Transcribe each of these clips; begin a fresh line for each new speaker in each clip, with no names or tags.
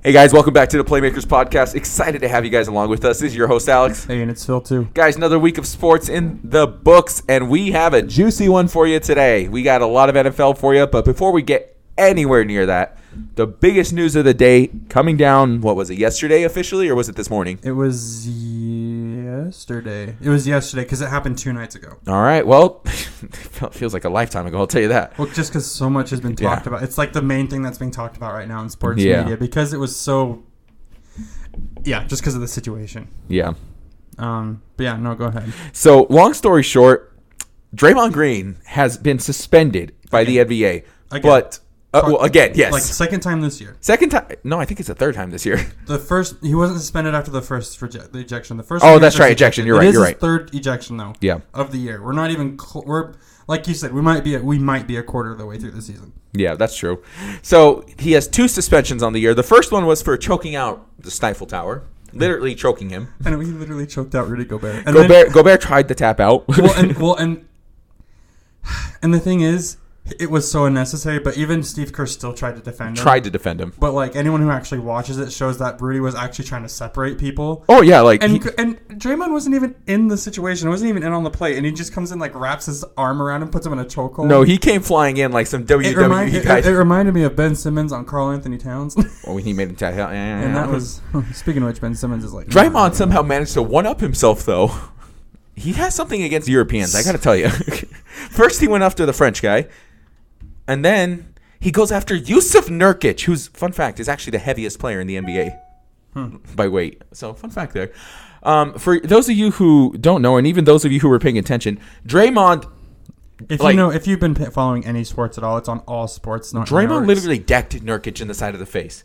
Hey guys, welcome back to the Playmakers Podcast. Excited to have you guys along with us. This is your host, Alex.
Hey, and it's Phil too.
Guys, another week of sports in the books, and we have a juicy one for you today. We got a lot of NFL for you, but before we get anywhere near that, the biggest news of the day coming down, what was it, yesterday officially, or was it this morning?
It was yesterday. It was yesterday because it happened two nights ago.
All right, well, it feels like a lifetime ago, I'll tell you that.
Well, just because so much has been talked
Yeah.
about, it's like the main thing that's being talked about right now in sports
Yeah.
media because it was so. Yeah, just because of the situation.
Yeah.
Um, but yeah, no, go ahead.
So, long story short, Draymond Green has been suspended by
Again.
the NBA.
Again.
But, uh, well, again, yes.
Like second time this year.
Second time? No, I think it's the third time this year.
The first he wasn't suspended after the first reje- the ejection. The first.
Oh,
one he
that's
was
right,
just
ejection.
ejected.
You're
It
right,
is
you're
his
right.
Third ejection though.
Yeah.
Of the year, we're not even. Cl- we're like you said, we might be a, we might be a quarter of the way through the season.
Yeah, that's true. So he has two suspensions on the year. The first one was for choking out the Stifle Tower, literally choking him.
And we literally choked out Rudy Gobert. And
Gobert,
then-
Gobert tried to tap out.
well, and well, and and the thing is, it was so unnecessary. But even Steve Kerr still tried to defend him.
tried to defend him.
But like anyone who actually watches it shows that Rudy was actually trying to separate people.
Oh yeah, like
And
he-
and Draymond wasn't even in the situation. wasn't even in on the play, and he just comes in like wraps his arm around him, puts him in a chokehold.
no, he came flying in like some WWE
It, remind, it,
guy.
it reminded me of Ben Simmons on Carl Anthony Towns,
oh, he made him tap out. Yeah,
and that was speaking of which, Ben Simmons is like
Draymond somehow managed to one up himself though. He has something against Europeans. I gotta tell you. First, he went after the French guy, and then he goes after Yusuf Nurkic, who's fun fact is actually the heaviest player in the NBA.
Hmm.
by weight. So fun fact there. Um, for those of you who don't know, and even those of you who were paying attention, Draymond,
If
like-
you know, if you've been p- following any sports at all, it's on all sports. Not
Draymond literally
literally.
decked Nurkic in the side of the face.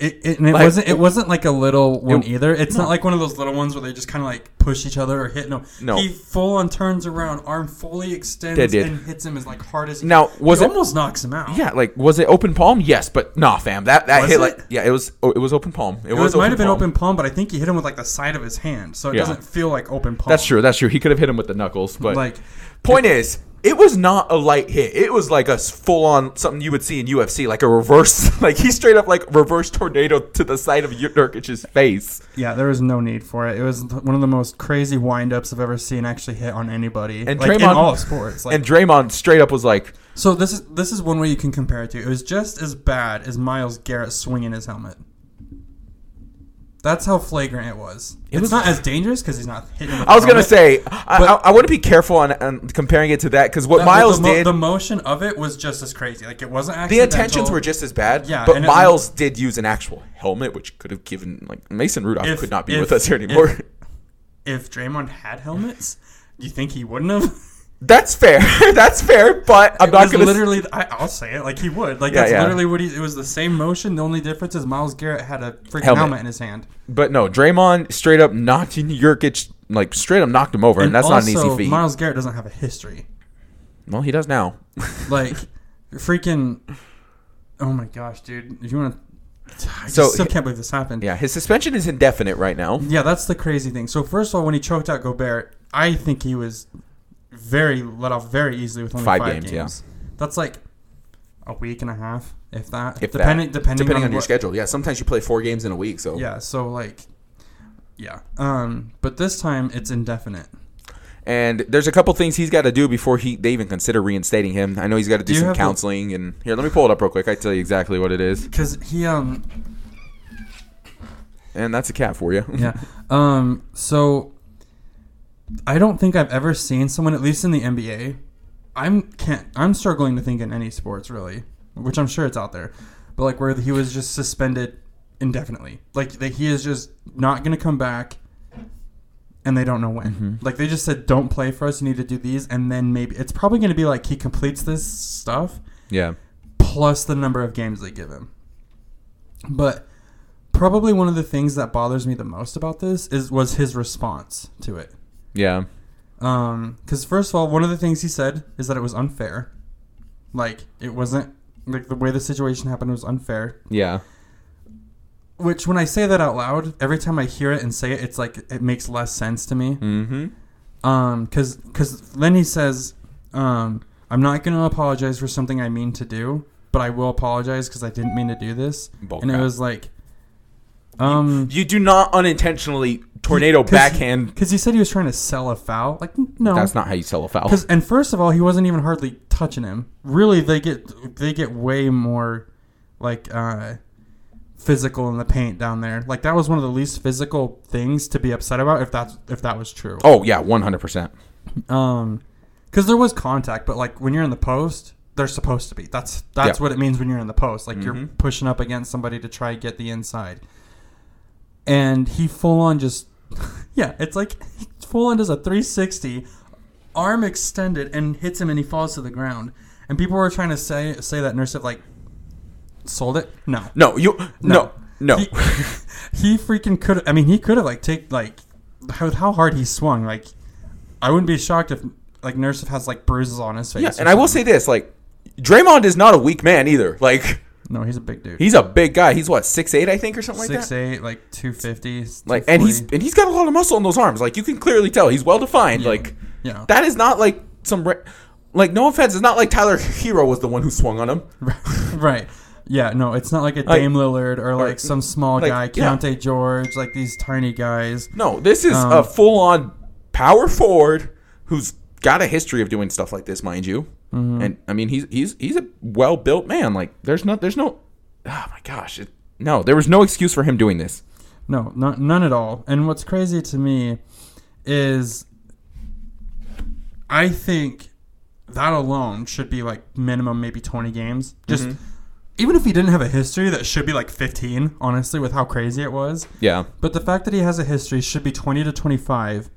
It, it, and it
Like-
wasn't. It wasn't like a little one
It-
either. It's not like one of those little ones where they just kind of like push each other or hit. No,
No.
He full on turns around, arm fully extends,
They did.
and hits him as like hard as. He
Now, was
he
it-
almost knocks him out?
Yeah, like was it open palm? Yes, but nah, fam. That that
Was
hit
it?
like yeah, it was oh, it was open palm. It,
It
was
was, might have been
palm.
open palm, but I think he hit him with like the side of his hand, so it
Yeah.
doesn't feel like open palm.
That's true. That's true. He could have hit him with the knuckles, but
Like-
point is, it was not a light hit. It was like a full on something you would see in UFC, like a reverse. Like he straight up like reverse tornado to the side of Nurkic's face.
Yeah, there was no need for it. It was th- one of the most crazy windups I've ever seen actually hit on anybody,
And
like in
Draymond-
all of sports. Like,
and Draymond straight up was like,
so this is this is one way you can compare it to. It was just as bad as Miles Garrett swinging his helmet. That's how flagrant it was. it's
was-
not as dangerous because he's not hitting.
I was gonna say I, I, I want to be careful on, on comparing it to that because what Miles
the, mo-
did,
The
the,
motion of it was just as crazy. Like it wasn't. accidental.
intentions were just as bad.
Yeah,
but
and it-
Miles did use an actual helmet, which could have given like Mason Rudolph
If-
could not be
if-
with us here
if-
anymore.
If Draymond had helmets, you think he wouldn't have?
that's fair. that's fair. But I'm
It
not
was
gonna. s-
literally. I, I'll say it like he would. Like
Yeah,
that's
yeah.
literally what he. It was the same motion. The only difference is Miles Garrett had a freaking
Helmet.
helmet, in his hand.
But no, Draymond straight up knocked Jurkic like straight up knocked him over, and, that's not an
also,
easy feat.
Miles Garrett doesn't have a history.
well, he does now.
Like freaking. Oh my gosh, dude! If you want to, I
So-
so, still can't believe this happened.
yeah, his suspension is indefinite right now.
Yeah, that's the crazy thing. So first of all, when he choked out Gobert, I think he was very let off very easily with only
Five
five,
games,
games.
yeah.
that's like a week and a half, if that.
If that.
depending depending,
Depending on, your
what-
schedule, yeah. Sometimes you play four games in a week, so
Yeah. So like, yeah. Um, but this time it's indefinite.
And there's a couple things he's got to do before he they even consider reinstating him. I know he's got to do,
Do you
some
have the-
counseling and here, let me pull it up real quick. I tell you exactly what it is.
Cause he um
And that's a cat for you.
yeah um so I don't think I've ever seen someone at least in the NBA. I'm can't I'm struggling to think in any sports really, which I'm sure it's out there, but like where he was just suspended indefinitely, like that he is just not gonna come back. And they don't know when. Like they just said, don't play for us. You need to do these, and then maybe it's probably going to be like he completes this stuff,
yeah.
plus the number of games they give him. But probably one of the things that bothers me the most about this is was his response to it.
Yeah.
Because first of all, one of the things he said is that it was unfair. Like it wasn't like the way the situation happened was unfair.
Yeah.
Which when I say that out loud, every time I hear it and say it, it's like it makes less sense to me.
Mm-hmm.
Um, cause, cause then he says, um, I'm not gonna apologize for something I mean to do, but I will apologize because I didn't mean to do this.
Bull
and
crap.
it was like, Um,
You do not unintentionally tornado backhand.
because he said he was trying to sell a foul. Like n- no,
That's not how you sell a foul.
Because and first of all, he wasn't even hardly touching him. Really, they get they get way more like uh, physical in the paint down there. Like that was one of the least physical things to be upset about. If that's if that was true,
Oh yeah, one hundred percent.
um, because there was contact, but like when you're in the post, they're supposed to be. That's that's
Yeah.
what it means when you're in the post. Like you're
Mhm.
pushing up against somebody to try get the inside, and he full on just yeah, it's like he full on does a 360, arm extended, and hits him, and he falls to the ground. And people were trying to say say that Nurse like sold it. No,
No, you no no.
he, he freaking could. I mean, he could have like take like how, how hard he swung. Like, I wouldn't be shocked if like Nursev has like bruises on his face.
yeah,
or
and I will say
something.
this: like, Draymond is not a weak man either. Like,
no, he's a big dude.
he's a big guy. He's what six eight, I think, or something like
six
that.
eight, like two fifty.
Like, and he's and he's got a lot of muscle in those arms. Like, you can clearly tell he's well defined. Like,
yeah.
that is not like some. Ra- like, no offense, it's not like Tyler Hero was the one who swung on him.
right. Yeah, no, it's not like a
Like-
Dame Lillard or like some small
like,
guy,
yeah.
Keontae George, like these tiny guys.
No, this is
Um,
a full on power forward who's got a history of doing stuff like this, mind you.
Mm-hmm.
And I mean, he's he's he's a well built man. Like, there's no there's no. Oh my gosh, it, no, there was no excuse for him doing this.
No, not, none at all. And what's crazy to me is I think that alone should be like minimum maybe 20 games. Just
Mm-hmm.
even if he didn't have a history, that should be like 15, honestly, with how crazy it was.
Yeah,
But the fact that he has a history should be 20 to 25.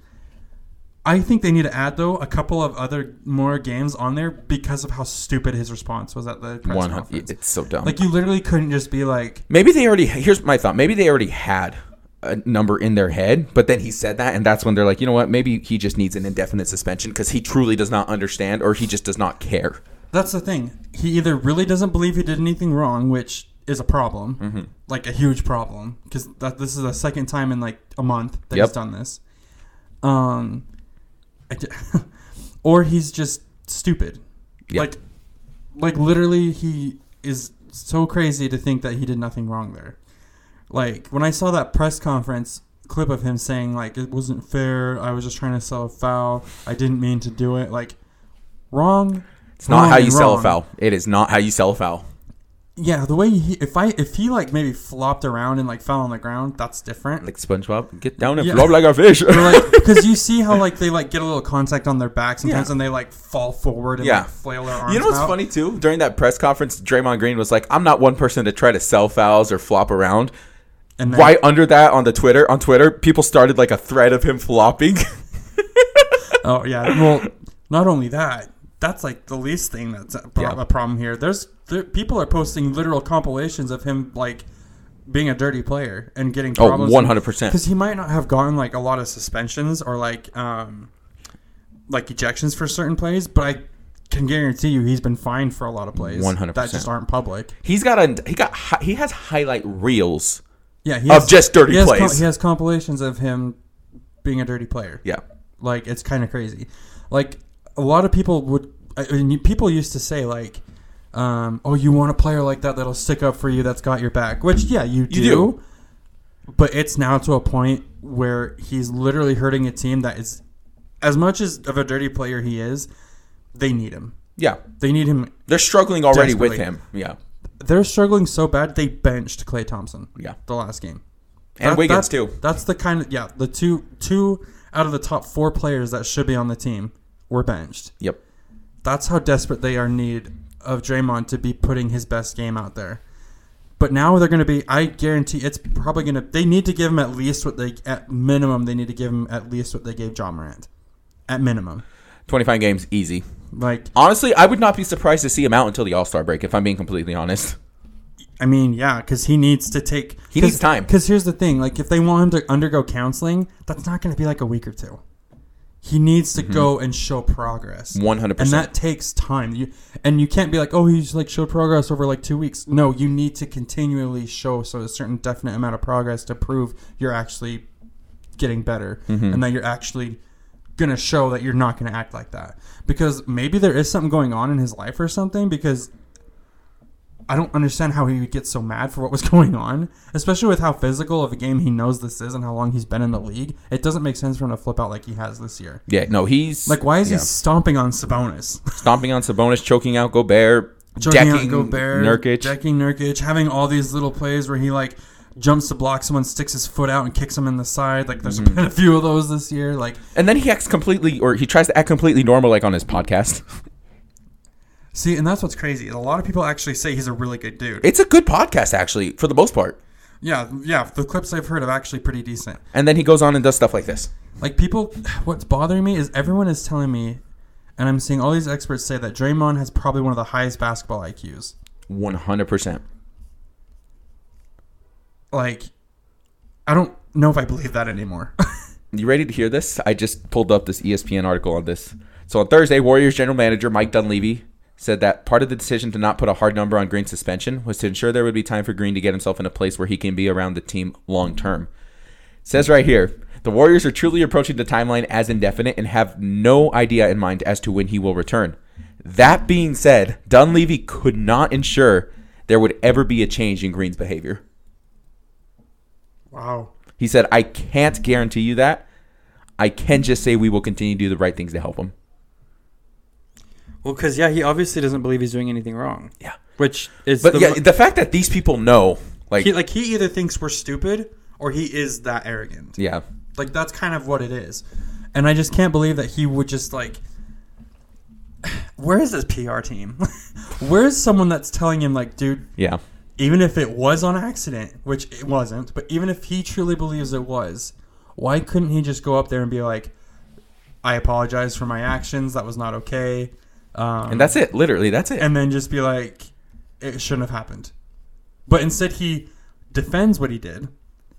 I think they need to add though a couple of other more games on there because of how stupid his response was at the press
one
conference.
hundred. It's um, so dumb.
Like you literally couldn't just be like,
maybe they already. Here's my thought. Maybe they already had a number in their head, but then he said that, and that's when they're like, you know what? Maybe he just needs an indefinite suspension because he truly does not understand, or he just does not care.
That's the thing. He either really doesn't believe he did anything wrong, which is a problem,
Mm-hmm.
like a huge problem, because that this is the second time in like a month that
Yep.
he's done this. Um, I d- or he's just stupid.
Yep.
Like, like literally, he is so crazy to think that he did nothing wrong there. Like when I saw that press conference clip of him saying like it wasn't fair, I was just trying to sell a foul, I didn't mean to do it. Like, wrong.
It's not
wrong,
how you
and
sell a
wrong.
foul. It is not how you sell a foul.
Yeah, the way he if I if he like maybe flopped around and like fell on the ground, that's different.
like SpongeBob, get down and
Yeah.
flop like a fish.
Or, like because you see how like they like get a little contact on their back sometimes
Yeah.
and they like fall forward and
Yeah.
like flail their arms.
you know what's
out.
funny too? During that press conference, Draymond Green was like, "I'm not one person to try to sell fouls or flop around."
And then,
Right under that on the Twitter, on Twitter, people started like a thread of him flopping.
Oh yeah. Well, not only that, that's like the least thing that's a, pro-
Yeah.
a problem here. There's there, people are posting literal compilations of him like being a dirty player and getting
Oh,
problems.
100%.
Because he might not have gotten like a lot of suspensions or like um like ejections for certain plays, but I can guarantee you he's been fined for a lot of plays
100%.
that just aren't public.
He's got a he got hi- he has highlight reels.
Yeah, he
Of just dirty
he has
plays.
he has compilations of him being a dirty player.
Yeah,
Like it's kind of crazy. Like a lot of people would. I mean, you- people used to say like, um, "Oh, you want a player like that that'll stick up for you, that's got your back." Which yeah, you do.
do.
But it's now to a point where he's literally hurting a team that is, as much as of a dirty player he is, they need him.
yeah,
They need him.
they're struggling already with
Desperately.
him. Yeah,
They're struggling so bad they benched Clay Thompson.
Yeah.
the last game.
and
That-
Wiggins
that-
too.
That's the kind of yeah, the two two out of the top four players that should be on the team were benched.
Yep.
That's how desperate they are in need of Draymond to be putting his best game out there. But now they're going to be. I guarantee it's probably going to. They need to give him at least what they at minimum. They need to give him at least what they gave John Morant, at minimum.
Twenty five games easy.
Like
Honestly, I would not be surprised to see him out until the All Star break. If I'm being completely honest.
I mean, yeah, because he needs to take.
He needs time.
Because here's the thing: like, if they want him to undergo counseling, that's not going to be like a week or two. He needs
Mm-hmm.
to go and show progress.
100%.
And that takes time. You and you can't be like, oh, he's like showed progress over like two weeks. No, you need to continually show so a certain definite amount of progress to prove you're actually getting better and that you're actually going to show that you're not going to act like that because maybe there is something going on in his life or something because I don't understand how he would get so mad for what was going on, especially with how physical of a game he knows this is and how long he's been in the league. It doesn't make sense for him to flip out like he has this year.
Yeah, no, he's
Like, why is
yeah,
he stomping on Sabonis?
stomping on Sabonis, choking out Gobert,
Choking out
decking
Gobert,
Nurkic?
decking Nurkic, having all these little plays where he like jumps to block someone, sticks his foot out, and kicks him in the side. Like, there's been a few of those this year. Like,
and then he acts completely, or he tries to act completely normal, like on his podcast.
see, and that's what's crazy. is A lot of people actually say he's a really good dude.
It's a good podcast, actually, for the most part.
yeah, yeah. The clips I've heard are actually pretty decent.
And then he goes on and does stuff like this.
Like people, what's bothering me is everyone is telling me, and I'm seeing all these experts say that Draymond has probably one of the highest basketball IQs.
One hundred percent.
Like, I don't know if I believe that anymore.
You ready to hear this? I just pulled up this E ESPN article on this. So on Thursday, Warriors general manager Mike Dunleavy said that part of the decision to not put a hard number on Green's suspension was to ensure there would be time for Green to get himself in a place where he can be around the team long term. It says right here, the Warriors are truly approaching the timeline as indefinite and have no idea in mind as to when he will return. That being said, Dunleavy could not ensure there would ever be a change in Green's behavior.
wow.
He said, I can't guarantee you that. I can just say we will continue to do the right things to help him.
Well, because yeah, he obviously doesn't believe he's doing anything wrong.
Yeah.
Which is
But
the,
yeah, the fact that these people know, like,
He like he either thinks we're stupid or he is that arrogant.
yeah,
Like that's kind of what it is. And I just can't believe that he would just like Where is this PR team? Where is someone that's telling him like, dude,
yeah.
even if it was on accident, which it wasn't, but even if he truly believes it was, why couldn't he just go up there and be like, I apologize for my actions, that was not okay. Um,
And that's it. Literally, that's it.
and then just be like, it shouldn't have happened. But instead, he defends what he did,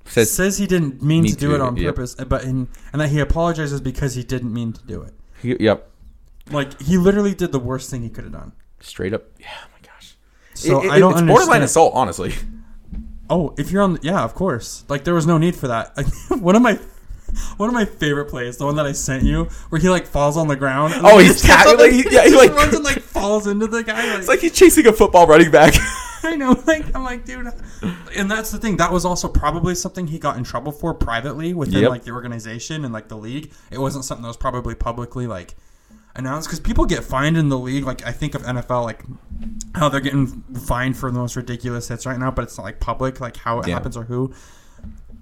says,
Says
he didn't mean
Me
to do
too,
it on
yep.
purpose, but in, and that he apologizes because he didn't mean to do it.
he- yep,
Like he literally did the worst thing he could have done.
straight up. Yeah, oh my gosh.
So
It- it-
I don't
it's
understand.
borderline assault, honestly.
Oh, if you're on, yeah, of course. Like there was no need for that. Like, one of my, one of my favorite plays, the one that I sent you, where he like falls on the ground. and,
Oh,
like,
he's
just steps
tap-
on the-
like, he- yeah, he,
just
like-
runs and like falls into the guy. Like,
It's like he's chasing a football running back.
I know, like I'm like, dude, and that's the thing. That was also probably something he got in trouble for privately within
Yep.
like the organization and like the league. It wasn't something that was probably publicly like announced because people get fined in the league. Like I think of NFL, like how they're getting fined for the most ridiculous hits right now, but it's not like public, like how it
Yeah.
happens or who.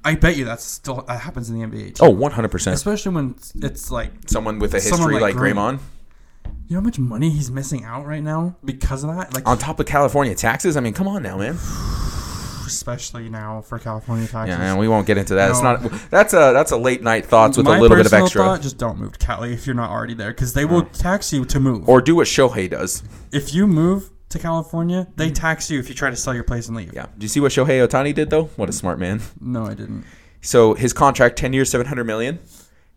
I bet you that's still that happens in the NBA. Too.
oh, 100%.
especially when it's like,
Someone with a
Someone
history like,
like Green.
Draymond.
you know how much money he's missing out right now because of that. Like
On top of California taxes? I mean, come on now, man.
especially now for California taxes.
Yeah, and we won't get into that. It's
No.
not. That's a that's a late night thoughts with a
My
little bit of
personal
extra, Mm.
Thought, just don't move to Cali if you're not already there, because they will tax you to move.
or do what Shohei does.
if you move to California, they tax you if you try to sell your place and leave.
Mm. Yeah. Do you see what Shohei Otani did though? What a smart man.
No, I didn't.
So his contract, ten years, seven hundred million.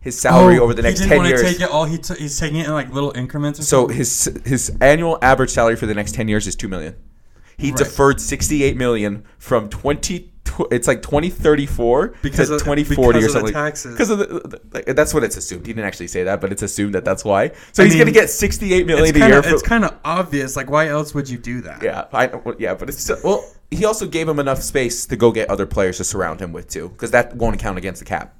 His salary over the next
Oh, he didn't
ten
wanna
years.
Take it all. He took he's taking it in like little increments. Or
so
something.
his his annual average salary for the next ten years is two million. He
Right.
deferred sixty eight million from twenty. tw- It's like twenty thirty four
Because
to
of-
twenty forty or
because of the
something.
taxes.
Because of the, the- that's what it's assumed. He didn't actually say that, but it's assumed that that's why. So
I
he's
mean,
gonna get sixty eight million
it's
a year.
kinda,
for-
it's kind of obvious. Like, why else would you do that?
Yeah, I well, yeah, but it's still, well. He also gave him enough space to go get other players to surround him with too, because that won't count against the cap.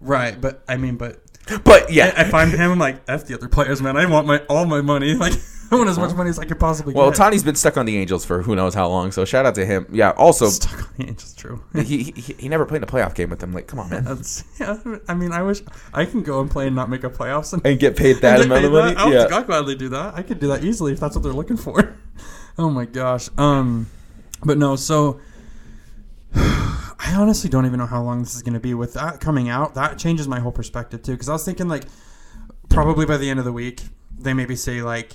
Right, but I mean, but
But yeah,
if I'm him, I'm like f the other players, man. I want my all my money. Like, I want as much money as I could possibly
well,
get.
Tani's been stuck on the Angels for who knows how long. So shout out to him. Yeah. Also,
stuck on the Angels, true.
he, he he never played in a playoff game with them. Like, come on, man,
That's, yeah, I mean, I wish I can go and play and not make a playoffs and
and get paid that Oh,
And
amount
they
of
pay
money.
that? I'll,
Yeah.
I'll gladly do that. I could do that easily if that's what they're looking for. Oh my gosh. Um, but no. So I honestly don't even know how long this is going to be. With that coming out, that changes my whole perspective too. Because I was thinking like probably by the end of the week they maybe say like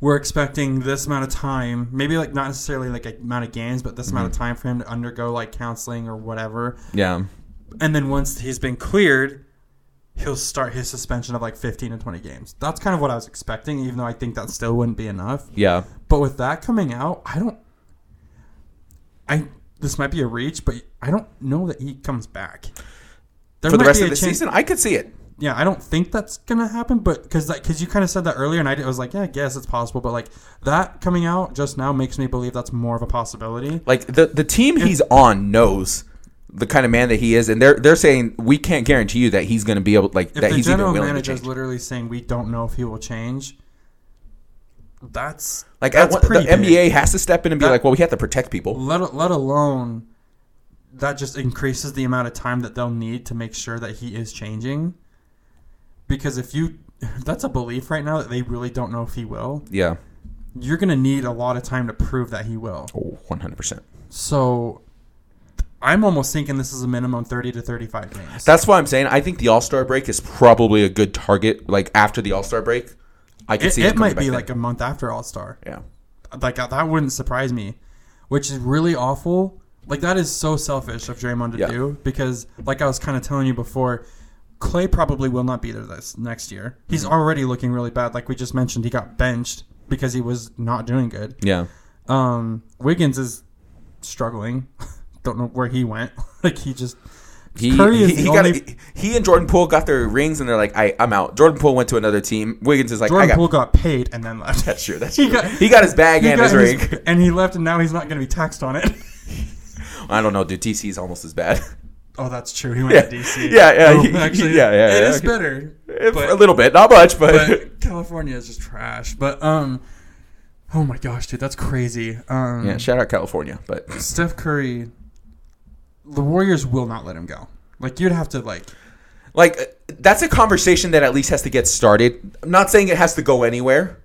we're expecting this amount of time maybe like not necessarily like a amount of games but this
Mm-hmm.
amount of time for him to undergo like counseling or whatever
yeah,
and then once he's been cleared, he'll start his suspension of like 15 to 20 games. That's kind of what I was expecting, even though I think that still wouldn't be enough.
yeah.
But with that coming out, I don't. I this might be a reach, but I don't know that he comes back. There
For the
might
rest
be
of
a
the
chan-
season, I could see it.
yeah, I don't think that's gonna happen, but because because you kind of said that earlier, and I, did- I was like, yeah, I guess it's possible, but like that coming out just now makes me believe that's more of a possibility.
Like the the team he's on knows the kind of man that he is, and they're they're saying we can't guarantee you that he's going to be able like
If
that
the
he's
general
even willing to
manager
change.
is literally saying we don't know if he will change, that's
Like at
that's
one, the
big.
NBA has to step in and be
That-
like, well, we have to protect people.
Let let alone that just increases the amount of time that they'll need to make sure that he is changing. Because if you that's a belief right now that they really don't know if he will.
Yeah,
You're gonna need a lot of time to prove that he will.
Oh, one hundred percent.
So I'm almost thinking this is a minimum 30 to 35 games.
That's why I'm saying I think the All Star break is probably a good target. Like after the All Star break, I can
it
see
it might be
coming
like
back
a month after All Star.
then.
Like uh, that wouldn't surprise me, which is really awful. Like that is so selfish of Draymond to
Yeah.
do because, like I was kind of telling you before, Clay probably will not be there this next year. He's
Mm-hmm.
already looking really bad. Like we just mentioned, he got benched because he was not doing good.
yeah, yeah.
Um, Wiggins is struggling. Don't know where he went. like he just
He
Curry is
he, he
the
got
only-
a- he and Jordan Poole got their rings and they're like, I I'm out. Jordan Poole went to another team. Wiggins is like,
Jordan
I got
Poole got paid and then left.
that's true. That's
He
true.
got-
he got his bag
He
and
got
his ring.
his- and he left, and now he's not going to be taxed on it.
I don't know, dude. TC is almost as bad.
oh, that's true. He went
Yeah.
to DC.
Yeah, yeah,
Oh,
he- he- yeah, yeah,
It
yeah,
is
okay.
better,
a
but,
little bit, not much, but,
but California is just trash. But um, oh my gosh, dude, that's crazy. Um,
yeah. Shout out California, but
Steph Curry, the Warriors will not let him go. Like you'd have to like
like uh, that's a conversation that at least has to get started. I'm not saying it has to go anywhere,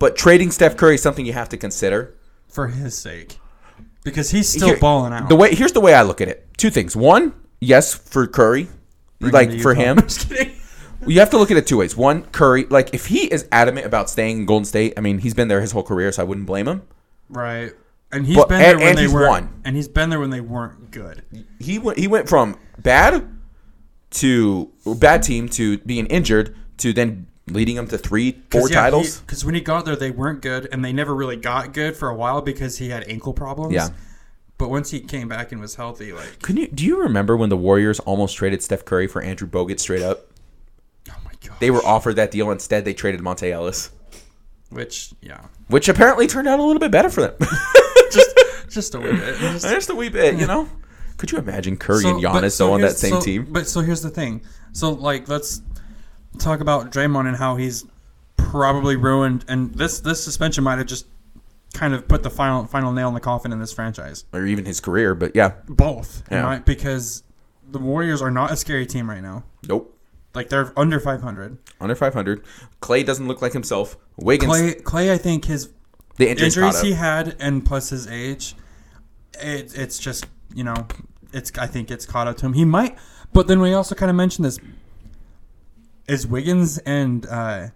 but trading Steph Curry is something you have to consider.
for his sake, because he's still
Here-
balling out.
The way here's the way I look at it. Two things. One, yes, for Curry,
Bring him
like
to
for
Utah.
him,
I'm just kidding.
you have to look at it two ways. One, Curry, like if he is adamant about staying in Golden State, I mean, he's been there his whole career, so I wouldn't blame him.
Right. And he's
But-
been
and-
there when
and
they
he's
were
won.
and he's been there when they weren't good.
He went he went from bad to bad team to being injured to then leading him to three, four titles.
Because when he got there, they weren't good, and they never really got good for a while because he had ankle problems.
Yeah.
But once he came back and was healthy, like
Can you do you remember when the Warriors almost traded Steph Curry for Andrew Bogut straight up?
oh my god,
They were offered that deal instead they traded Monte Ellis,
which yeah,
which apparently turned out a little bit better for them.
just just a wee bit. Just-
Just a wee bit, you know. Could you imagine Curry and
but-
Giannis though on
here's-
that same
so-
team?
But so here's the thing. So like let's talk about Draymond and how he's probably ruined, and this this suspension might have just kind of put the final final nail in the coffin in this franchise.
Or even his career, but yeah,
both in
Yeah.
my- because the Warriors are not a scary team right now.
nope.
Like they're under 500.
Under 500. Clay doesn't look like himself. Wiggins,
Clay, Clay, I think his
the injuries,
injuries
caught
he
up.
had and plus his age, it, it's just you know, it's I think it's caught up to him. He might, but then we also kind of mentioned this: is Wiggins and uh,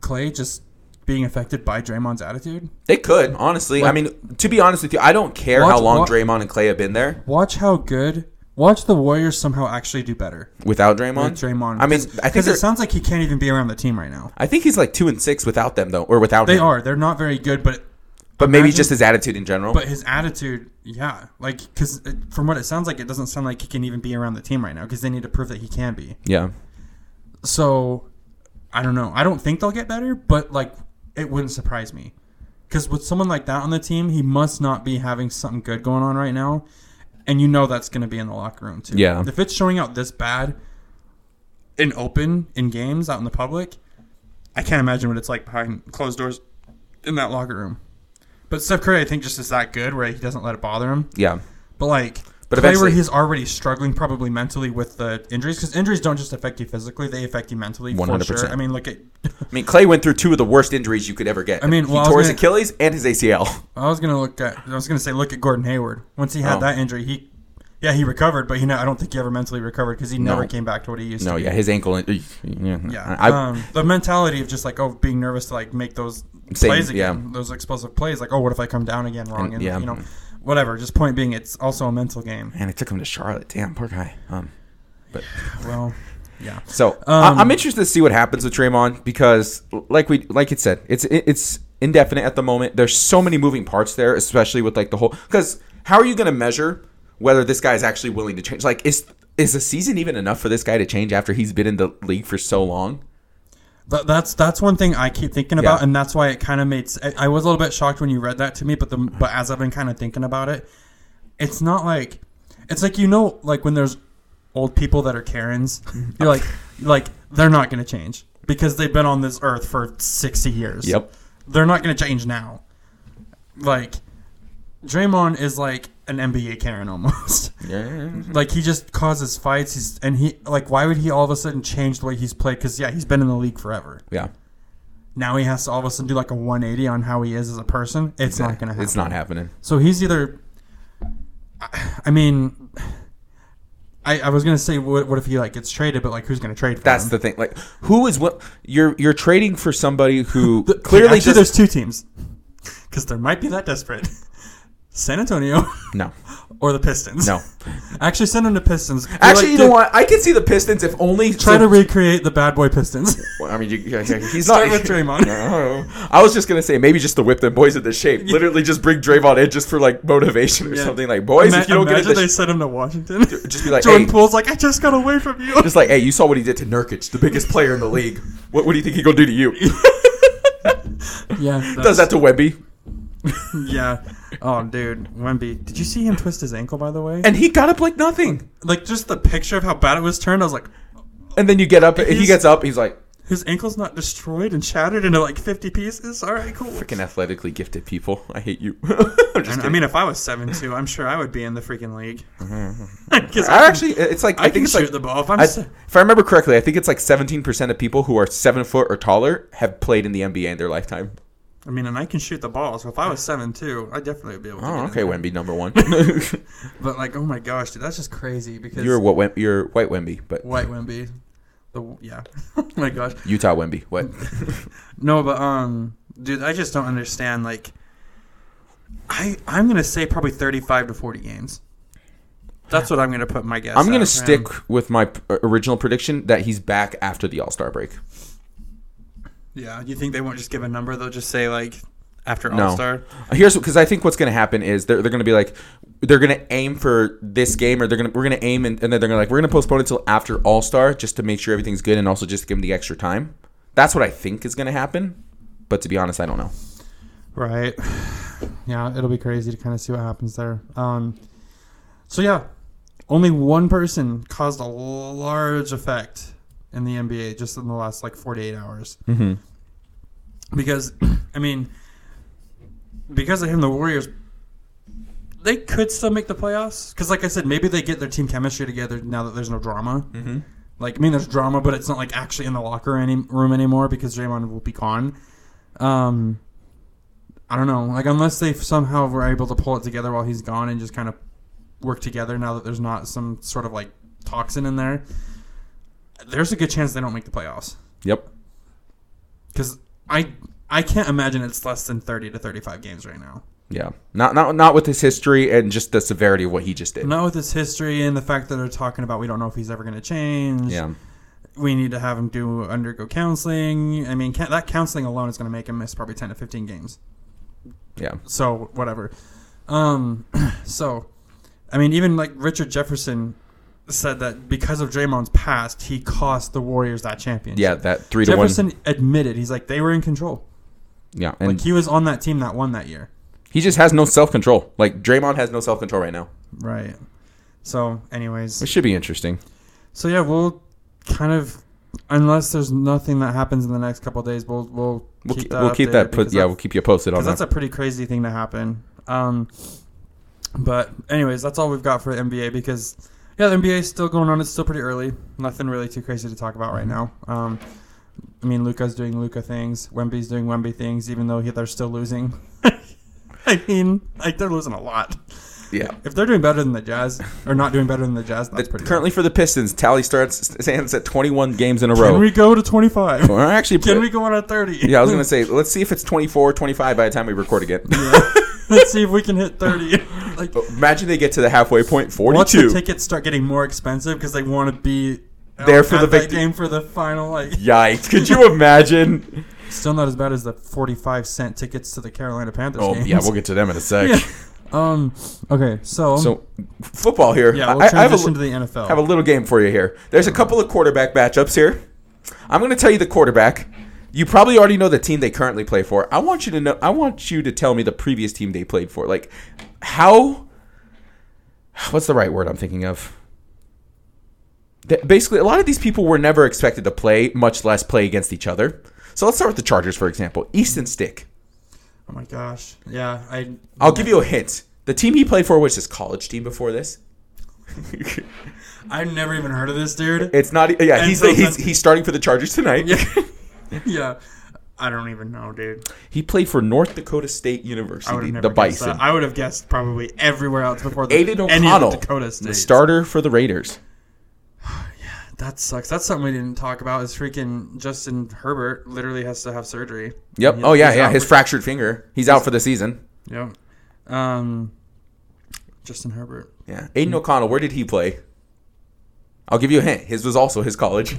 Clay just being affected by Draymond's attitude?
They could, honestly. I
Like-
mean, to be honest with you, I don't care how
Watch-
long
watch-
Draymond and Clay have been there
Watch how good. Watch the Warriors somehow actually do better.
without Draymond.
With Draymond,
Hmm. I mean, I think
because
they're-
it sounds like he can't even be around the team right now.
I think he's like 2 and 6 without them though, or without
They
him.
are. They're not very good, but
but maybe
imagine-
just his attitude in general.
but his attitude, yeah, like because from what it sounds like, it doesn't sound like he can even be around the team right now because they need to prove that he can be.
yeah.
So I don't know. I don't think they'll get better, but like it wouldn't surprise me because with someone like that on the team, he must not be having something good going on right now, and you know that's going to be in the locker room too.
Yeah.
if it's showing out this bad in open in games out in the public, I can't imagine what it's like behind closed doors in that locker room. But Steph Curry, I think, just is that good where he doesn't let it bother him.
Yeah.
But like,
But
but play where
eventually-
he's already struggling, probably mentally with the injuries, because injuries don't just affect you physically; they affect you mentally. One hundred
100%.
percent. I mean, look at.
I mean, Clay went through two of the worst injuries you could ever get.
I mean,
he
well, I was
tore his
gonna-
Achilles and his ACL.
I was gonna look at. I was gonna say, look at Gordon Hayward. Once he had
Oh.
that injury, he, yeah, he recovered, but he, know, I don't think he ever mentally recovered because he never came back to what he used
No,
to. be.
yeah, his ankle. in- Yeah,
Yeah,
I,
um, the mentality of just like oh, being nervous to like make those
Same,
plays
yeah.
again, those explosive plays. Like oh, what if I come down again wrong?
And-
And,
yeah.
you know, whatever. Just point being, it's also a mental game.
man, it took him to Charlotte. Damn, poor guy. Um, but
Well, yeah.
So
Um,
I, I'm interested to see what happens with Draymond because, like we like it said, it's it, it's indefinite at the moment. There's so many moving parts there, especially with like the whole. Because how are you going to measure whether this guy is actually willing to change? Like, is is a season even enough for this guy to change after he's been in the league for so long?
But that's that's one thing I keep thinking about,
Yeah.
and that's why it kind of made. s- I, I was a little bit shocked when you read that to me, but the but as I've been kind of thinking about it, it's not like it's like you know like when there's old people that are Karens, you're like like they're not going to change because they've been on this earth for sixty years.
Yep.
they're not going to change now. Like Draymond is like an NBA Karen almost.
Yeah.
like he just causes fights. He's and he like why would he all of a sudden change the way he's played? Because yeah, he's been in the league forever
Yeah.
now he has to all of a sudden do like a 180 on how he is as a person. It's not going to happen.
It's not happening.
So he's either. I I mean, I, I was going to say what, what if he like gets traded, but like who's going to trade for
That's
him?
the thing. Like, who is what? You're you're trading for somebody who
The-
clearly does
actually, there's two teams because there might be that desperate. San Antonio
no,
or the Pistons.
no.
Actually, send him to Pistons. They're
Actually,
like,
you know
dude,
what? I can see the Pistons if only
Try
so-
to recreate the bad boy Pistons.
Well, I mean, you, yeah, yeah, he's
Start
not
with Draymond.
No. I was just gonna say maybe just to whip them boys into shape. Literally, just bring Draymond in just for like motivation or
Yeah.
something. Like, boys,
Ima-
if you don't get
imagine
into
they
shape,
sent him to Washington.
just be like,
Jordan
hey.
Poole's like, I just got away from you.
just like, hey, you saw what he did to Nurkic, the biggest player in the league. What, what do you think he gonna do to you?
yeah,
Does that to Webby,
Yeah. Oh, dude, Wemby. Did you see him twist his ankle? By the way,
and he got up like nothing.
like just the picture of how bad it was turned. I was like,
And then you get up, he
He's-
gets up, he's like,
his ankle's not destroyed and shattered into like fifty pieces. All right, cool.
freaking athletically gifted people. I hate you.
And, I mean, if I was seven two, I'm sure I would be in the freaking league. 'Cause I
I
can-
actually, it's like I,
I, can
think it's
shoot
like
the ball if I'm.
I,
se-
if I remember correctly, I think it's like 17% of people who are seven foot or taller have played in the NBA in their lifetime.
I mean, and I can shoot the ball. So if I was seven two, I definitely would be able. to
Oh,
get in
okay, Wemby
there.
number one.
But like, oh my gosh, dude, that's just crazy because
you're what? Wem- You're white Wemby, but
white Wemby. The yeah. oh my gosh.
Utah Wemby. What?
No, but um, dude, I just don't understand. Like, I I'm gonna say probably 35 to 40 games. That's what I'm gonna put my guess.
I'm gonna
at,
stick
man.
with my p- uh, original prediction that he's back after the All Star break.
Yeah, you think they won't just give a number? They'll just say like after
No.
All Star.
Here's because I think what's going to happen is they're, they're going to be like they're going to aim for this game or they're going to we're going to aim and, and then they're going to like we're going to postpone it till after All Star just to make sure everything's good and also just to give them the extra time. That's what I think is going to happen. But to be honest, I don't know.
Right. Yeah, it'll be crazy to kind of see what happens there. Um, so yeah, only one person caused a large effect in the NBA just in the last like 48 hours.
Mm-hmm.
because I mean, because of him, the Warriors they could still make the playoffs. Because, like I said, maybe they get their team chemistry together now that there's no drama.
Mm-hmm.
Like, I mean, there's drama, but it's not like actually in the locker any, room anymore because Draymond will be gone. Um, I don't know. Like, unless they somehow were able to pull it together while he's gone and just kind of work together now that there's not some sort of like toxin in there, there's a good chance they don't make the playoffs
Yep.
because I I can't imagine it's less than thirty to thirty five games right now.
Yeah. Not not not with his history and just the severity of what he just did.
Not with his history and the fact that they're talking about we don't know if he's ever going to change.
Yeah.
we need to have him do undergo counseling. I mean, ca- that counseling alone is going to make him miss probably ten to fifteen games.
Yeah.
So whatever. Um, so I mean, even like Richard Jefferson said that because of Draymond's past, he cost the Warriors that championship.
Yeah. That three to
Jefferson
one.
admitted he's like they were in control.
Yeah. And
like he was on that team that won that year.
he just has no self control. Like Draymond has no self control right now.
Right. So, anyways,
It should be interesting.
so yeah, we'll kind of, unless there's nothing that happens in the next couple of days, we'll we'll
We'll keep, we'll keep that put. Yeah, we'll keep you posted on
because
that.
that's a pretty crazy thing to happen. Um, but anyways, that's all we've got for NBA because yeah, the NBA is still going on. It's still pretty early. Nothing really too crazy to talk
Mm-hmm.
about right now. Um, I mean, Luca's doing Luca things. Wemby's doing Wemby things, even though he, they're still losing. I mean, like they're losing a lot.
yeah.
If they're doing better than the Jazz, or not doing better than the Jazz, that's
The-
pretty.
currently for the Pistons, tally starts stands at 21 games in a
good.
row.
can we go to twenty five?
Or actually,
Can we go on at thirty?
yeah, I was gonna say let's see if it's 24, 25 by the time we record again.
Let's see if we can hit thirty. like,
Imagine they get to the halfway point,
once the
42.
tickets start getting more expensive because they want to be
There for
at
the
that
vict-
game for the final. Like,
Yikes! Could you imagine?
still not as bad as the forty five cent tickets to the Carolina Panthers.
oh
games.
yeah, we'll get to them in a sec.
Yeah. Um. Okay. So.
So football here.
yeah, we'll
I, I have a,
transition
li-
to the NFL.
I have a little game for you here. There's a couple of quarterback matchups here. I'm going to tell you the quarterback. You probably already know the team they currently play for. I want you to know. I want you to tell me the previous team they played for. Like how? What's the right word I'm thinking of? Th- Basically, a lot of these people were never expected to play, much less play against each other. So let's start with the Chargers, for example. Easton Stick.
oh my gosh. Yeah. I.
I'll give you a hint. The team he played for was his college team before this.
I've never even heard of this dude.
It's not. e, Yeah,
And
he's
so
he's,
then-
he's starting for the Chargers tonight.
yeah. I don't even know, dude.
He played for North Dakota State
I would
University,
have
the
never guessed that.
Bison.
I would have guessed probably everywhere else before the
Aiden
any of the
O'Connell,
Dakota
the
State.
starter for the Raiders.
That sucks. That's something we didn't talk about. Is freaking Justin Herbert literally has to have surgery.
Yep.
Yep,
Oh yeah,
he's
yeah.
out
His
for-
fractured finger. He's out for the season.
Yep. Um. Justin Herbert.
Yeah.
Mm-hmm.
Aiden O'Connell. Where did he play? I'll give you a hint. His was also his college.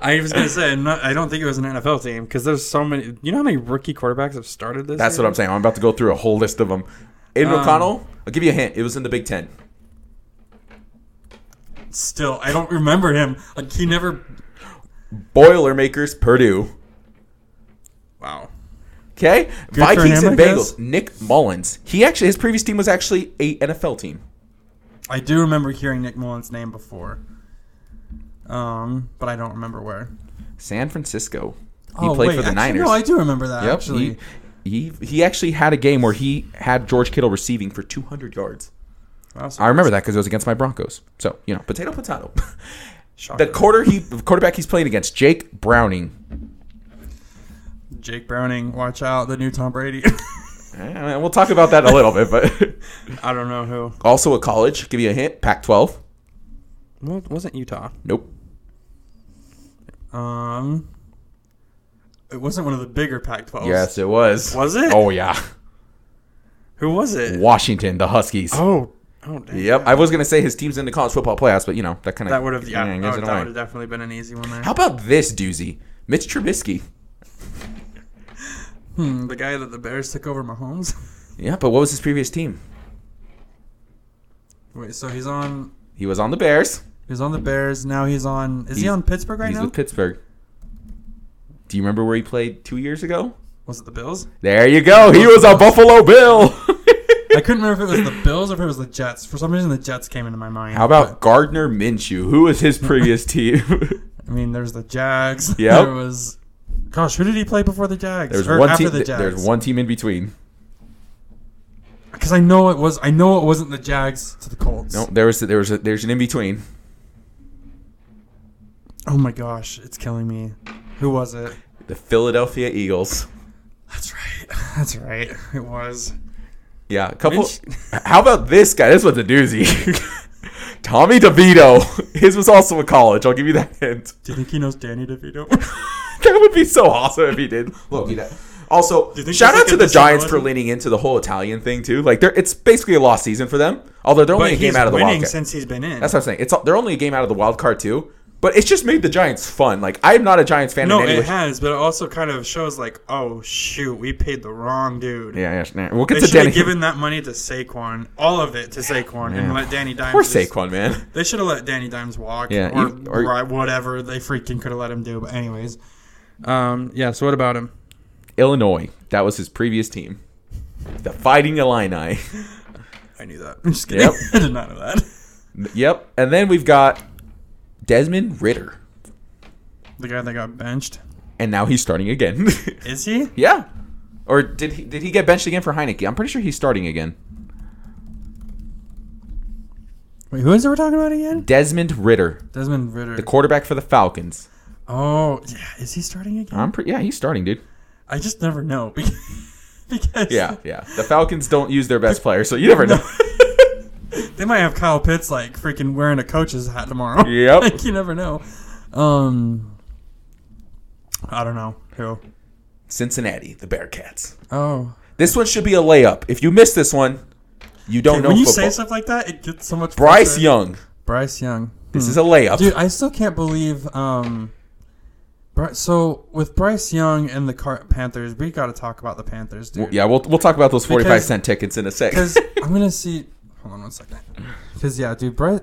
I
was gonna say, I'm not, I don't think it was an NFL team because there's so many. You know how many rookie quarterbacks have started this?
That's what I'm saying. I'm about to go through a whole list of them. Aiden
Um,
O'Connell. I'll give you a hint. It was in the Big Ten.
Still, I don't remember him. Like he never.
Boilermakers, Purdue.
Wow.
Okay.
for
Vikings
him,
and
I
Bengals.
guess.
Nick Mullins. He actually his previous team was actually a NFL team.
I do remember hearing Nick Mullins' name before. Um, but I don't remember where.
San Francisco. He
oh,
played
wait,
for the
actually,
Niners.
No, I do remember that.
Yep.
Actually,
He, he he actually had a game where he had George Kittle receiving for 200 yards.
Wow, so
I remember that because it was against my Broncos. So you know, potato potato.
shocker.
the quarter he the quarterback he's playing against Jake Browning.
Jake Browning, watch out, the new Tom Brady.
And Eh, we'll talk about that in a little bit, but
I don't know who.
also a college. Give you a hint. Pac-12.
Well, it wasn't Utah.
Nope.
Um, it wasn't one of the bigger Pac-12s.
Yes, it was.
Was it?
Oh yeah,
Who was it?
Washington, the Huskies.
Oh, oh, dang.
Yep. I was gonna say his team's in the college football playoffs, but you know that kind of
That would have yeah, oh, that
it
would
away.
have definitely been an easy one there.
How about this doozy? Mitch Trubisky.
Hmm, the guy that the Bears took over Mahomes.
Yeah, but what was his previous team?
Wait, so he's on
He was on the Bears.
he's on the Bears now. He's on is he
He's-
on Pittsburgh right
He's
now?
with Pittsburgh. Do you remember where he played two years ago?
was it the Bills?
There you go. He was a Buffalo Bill.
I couldn't remember if it was the Bills or if it was the Jets. For some reason, the Jets came into my mind.
How about Gardner Minshew? Who was his previous team?
I mean, there's the Jags.
Yep.
There was. Gosh, who did he play before the Jags?
there's
Or
one
after
team.
the Jags?
there's one team in between.
Because I know it was. I know it wasn't the Jags to the Colts.
No, there was there was a, there's an in between.
Oh my gosh, it's killing me. Who was it?
The Philadelphia Eagles.
That's right. That's right. It was.
Yeah, a couple.
Minsh-
How about this guy? This was a doozy. Tommy DeVito. His was also a college. I'll give you that hint.
Do you think he knows Danny DeVito?
that would be so awesome if he did. Look, he did. Also,
you think
shout
he's
out to
like
the
a
Giants
disability?
for leaning into the whole Italian thing too. Like they're it's basically a lost season for them. Although they're only a game out of the wild
winning
card.
since he's been in.
That's what I'm saying. It's they're only a game out of the wild card too. But it's just made the Giants fun. Like I am not a Giants fan
no,
in any
it
way.
has, but it also kind of shows like, oh shoot, we paid the wrong dude.
yeah, yeah. Nah. We'll get
They
to
should
Danny.
have given that money to Saquon, all of it to Saquon,
Yeah.
and let Danny Dimes.
Poor
just-
Saquon, man.
They should have let Danny Dimes walk.
Yeah,
or,
you- or-
ri- whatever they freaking could have let him do. But anyways, um, yeah. So what about him?
Illinois. That was his previous team. The Fighting Illini.
I knew that. I'm just kidding.
Yep.
I did not know that.
yep. And then we've got Desmond Ritter,
The guy that got benched
and now he's starting again.
is he?
Yeah. Or did he did he get benched again for Heineke? I'm pretty sure he's starting again.
Wait, who is it we're talking about again?
Desmond Ritter,
Desmond Ritter.
the quarterback for the Falcons.
oh, yeah. Is he starting again?
I'm pretty yeah, he's starting, dude.
I just never know because, because
Yeah, yeah. The Falcons don't use their best player, so you never know.
they might have Kyle Pitts like freaking wearing a coach's hat tomorrow.
Yep.
like you never know. Um, I don't know who.
Cincinnati, the Bearcats.
Oh,
This one should be a layup. If you miss this one, you don't know
when you
football.
say stuff like that, it gets so much.
Bryce
pressure.
Young.
Bryce Young.
This is a layup.
Dude, I still can't believe um Bri- So with Bryce Young and the Car- Panthers, we got to talk about the Panthers, dude.
Well, yeah, we'll we'll talk about those forty five
Because-
cent tickets in a sec.
Because I'm gonna see. Hold on one second. Because yeah, dude, Bryce.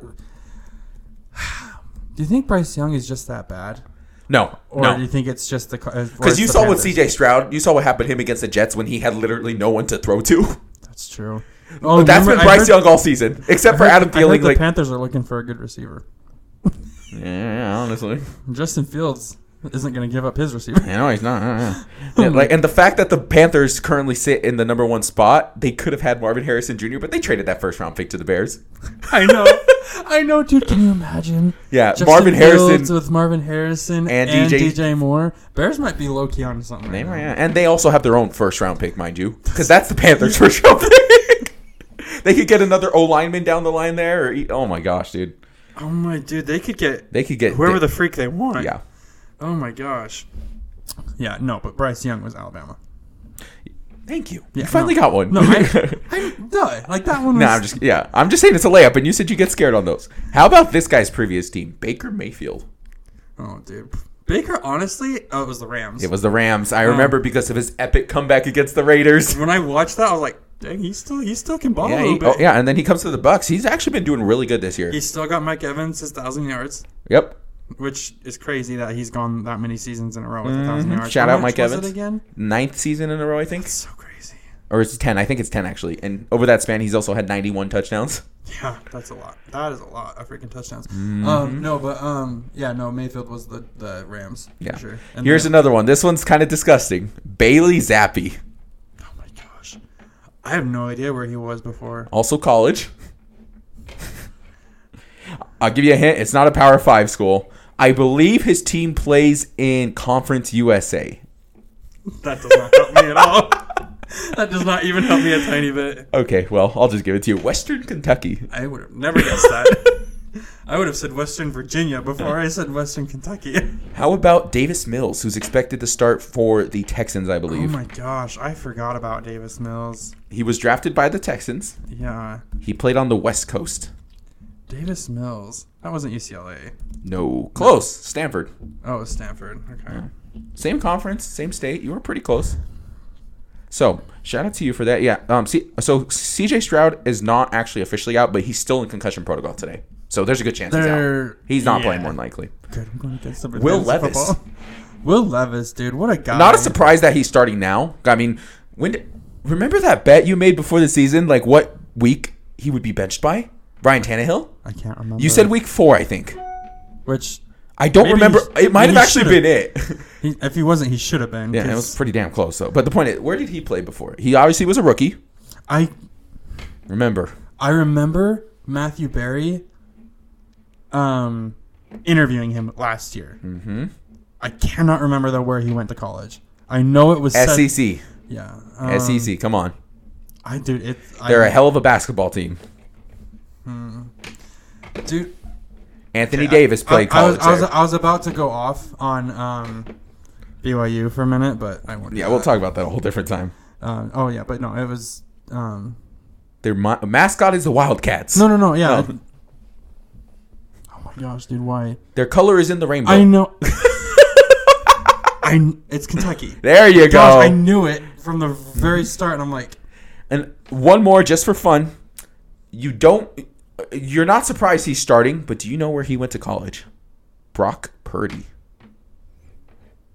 Do you think Bryce Young is just that bad,
no,
or do you
no,
think it's just the? Because
because you saw what C.J. Stroud, you saw what happened to him against the Jets when he had literally no one to throw to.
That's true. Oh,
That's
remember-
been
I
Bryce
heard-
Young all season,
I
except for
heard-
Adam
I heard
Thielen.
the
Like,
Panthers are looking for a good receiver.
yeah, honestly,
Justin Fields isn't going to give up his receiver.
you know he's not. yeah, like, and the fact that the Panthers currently sit in the number one spot, they could have had Marvin Harrison Jr., but they traded that first round pick to the Bears.
I know, I know, dude. Can you imagine?
Yeah,
Justin
Marvin
Fields
Harrison.
with Marvin Harrison
And
and,
DJ
DJ. Moore. Bears might be low key on something.
They
right
were-
now.
yeah, And they also have their own first round pick, mind you, because that's the Panthers' first round pick. they could get another O lineman down the line there. Or, e- oh my gosh, dude,
Oh my dude, they could get
they could get
whoever
they-
the freak they want.
yeah.
Oh my gosh.
Yeah, no, but Bryce Young was Alabama.
Thank you.
Yeah,
you finally
no.
got one.
No, I, I, no, like that one. Was,
No, I'm just yeah. I'm just saying it's a layup, and you said you get scared on those. How about this guy's previous team, Baker Mayfield?
Oh, dude, Baker. Honestly, oh, it was the Rams.
It was the Rams. I remember
Oh.
because of his epic comeback against the Raiders.
When I watched that, I was like, dang, he still he still can ball
Yeah,
a
he-
little bit.
oh, yeah, and then he comes to the Bucks. He's actually been doing really good this year.
He's-
He's still got Mike Evans his thousand yards,
Yep.
which is crazy that he's gone that many seasons in a row with a thousand
Mhm.
yards.
Shout
How
out
much
Mike
was
Evans.
it again.
Ninth season in a row, I think,
So crazy.
or it's ten. I think it's ten actually. And over that span, he's also had 91 touchdowns.
Yeah, that's a lot. That is a lot of freaking touchdowns.
Mm-hmm.
Um, no, but um, yeah, no, Mayfield was the the Rams.
Yeah.
For sure. And
Here's
then-
another one. This one's kind of disgusting. Bailey Zappi,
Oh my gosh, I have no idea where he was before.
also college. I'll give you a hint. It's not a Power Five school. I believe his team plays in Conference USA.
That does not help me at all. That does not even help me a tiny bit.
Okay, well, I'll just give it to you. Western Kentucky.
I would have never guessed that. I would have said Western Virginia before I said Western Kentucky.
How about Davis Mills, who's expected to start for the Texans, I
Oh
believe.
my gosh, I forgot about Davis Mills.
he was drafted by the Texans.
Yeah,
He played on the West Coast.
Davis Mills. That wasn't UCLA.
No, close. Stanford.
Oh, it was Stanford. Okay.
Same conference, same state. You were pretty close. So, shout out to you for that. Yeah. Um. C- so CJ Stroud is not actually officially out, but he's still in concussion protocol today. So there's a good chance he's out.
They're
He's not
yeah.
playing more than likely.
good. I'm going against the
Will
Rams
Levis.
football. Will Levis, dude, what a guy.
Not a surprise that he's starting now. I mean, when did, remember that bet you made before the season? Like what week he would be benched by? Ryan Tannehill?
I can't remember.
You said week four, I think.
which.
I don't
Maybe
remember.
he's-
It might
maybe
have
he
actually
should've-
been it.
He, if he wasn't, he should have been.
yeah, it
'cause
was pretty damn close though. But the point is, where did he play before? He obviously was a rookie.
I
Remember?
I remember Matthew Berry, um, interviewing him last year.
Mm-hmm.
I cannot remember though where he went to college. I know it was said-
SEC.
Yeah, um,
SEC. Come on.
I dude, it.
E They're
I,
a hell of a basketball team.
dude.
Anthony Davis played
I, I was,
college.
I was
there.
I was about to go off on um, BYU for a minute, but I won't. do
yeah, we'll
that.
talk about that a whole different time.
Um, oh yeah, but no, it was. Um,
Their ma- mascot is the Wildcats.
no, no, no. Yeah.
Oh.
Oh my gosh, dude, why?
Their color is in the rainbow.
I know. I kn- it's Kentucky.
there you go.
Gosh, I knew it from the very start, and I'm like,
And one more just for fun. You don't you're not surprised he's starting, but do you know where he went to college? Brock Purdy.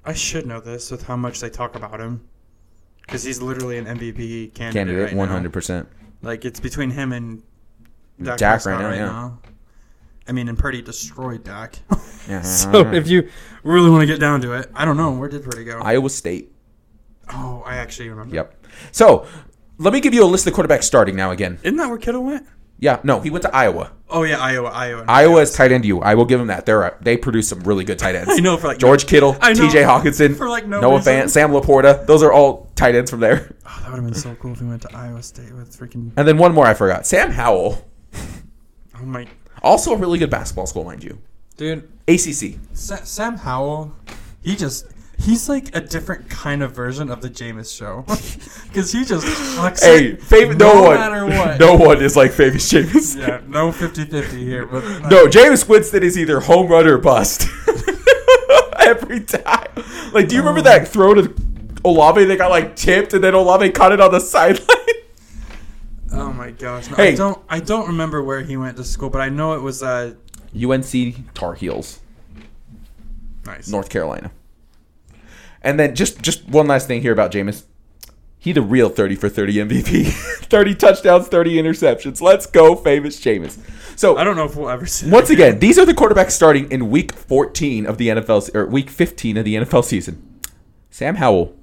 I should know this with how much they talk about him, because he's literally an MVP candidate.
Candidate
right
one
now.
hundred percent.
Like it's between him and Dak,
Dak
Prescott
right
right,
now,
now,
yeah.
I mean, and Purdy destroyed Dak.
Yeah. Uh-huh.
So if you really want to get down to it, I don't know where did Purdy go.
Iowa State.
oh, I actually remember.
Yep. So let me give you a list of quarterbacks starting now again.
Isn't that where Kittle went?
Yeah, no, he went to Iowa.
Oh yeah, Iowa, Iowa.
Iowa is tight end you. I will give him that. They're they produce some really good tight ends.
I know for like
George Kittle,
I know.
T.J. Hawkinson,
For like no
Noah
reason.
Fant, Sam Laporta. Those are all tight ends from there.
Oh, that would have been so cool if we went to Iowa State with freaking.
And then one more I forgot. Sam Howell,
Oh my,
also a really good basketball school, mind you.
Dude,
ACC.
Sa- Sam Howell, he just. He's like a different kind of version of the Jameis show, because he just hucks
Hey,
it
fav- no, one,
matter what.
no one is like Famous Jameis.
yeah, no 50-50 here. But
No, Jameis Winston is either home run or bust. every time. Like, do you remember that throw to Olave that got like tipped and then Olave caught it on the sideline?
Oh my gosh! No,
Hey.
I don't. I don't remember where he went to school, but I know it was uh,
UNC Tar Heels,
nice.
North Carolina. And then just just one last thing here about Jameis. He the real 30 for 30 MVP. 30 touchdowns, 30 interceptions. Let's go, famous Jameis. So
I don't know if we'll ever see.
Once again, these are the quarterbacks starting in week 14 of the NFL se- or week 15 of the NFL season. Sam Howell,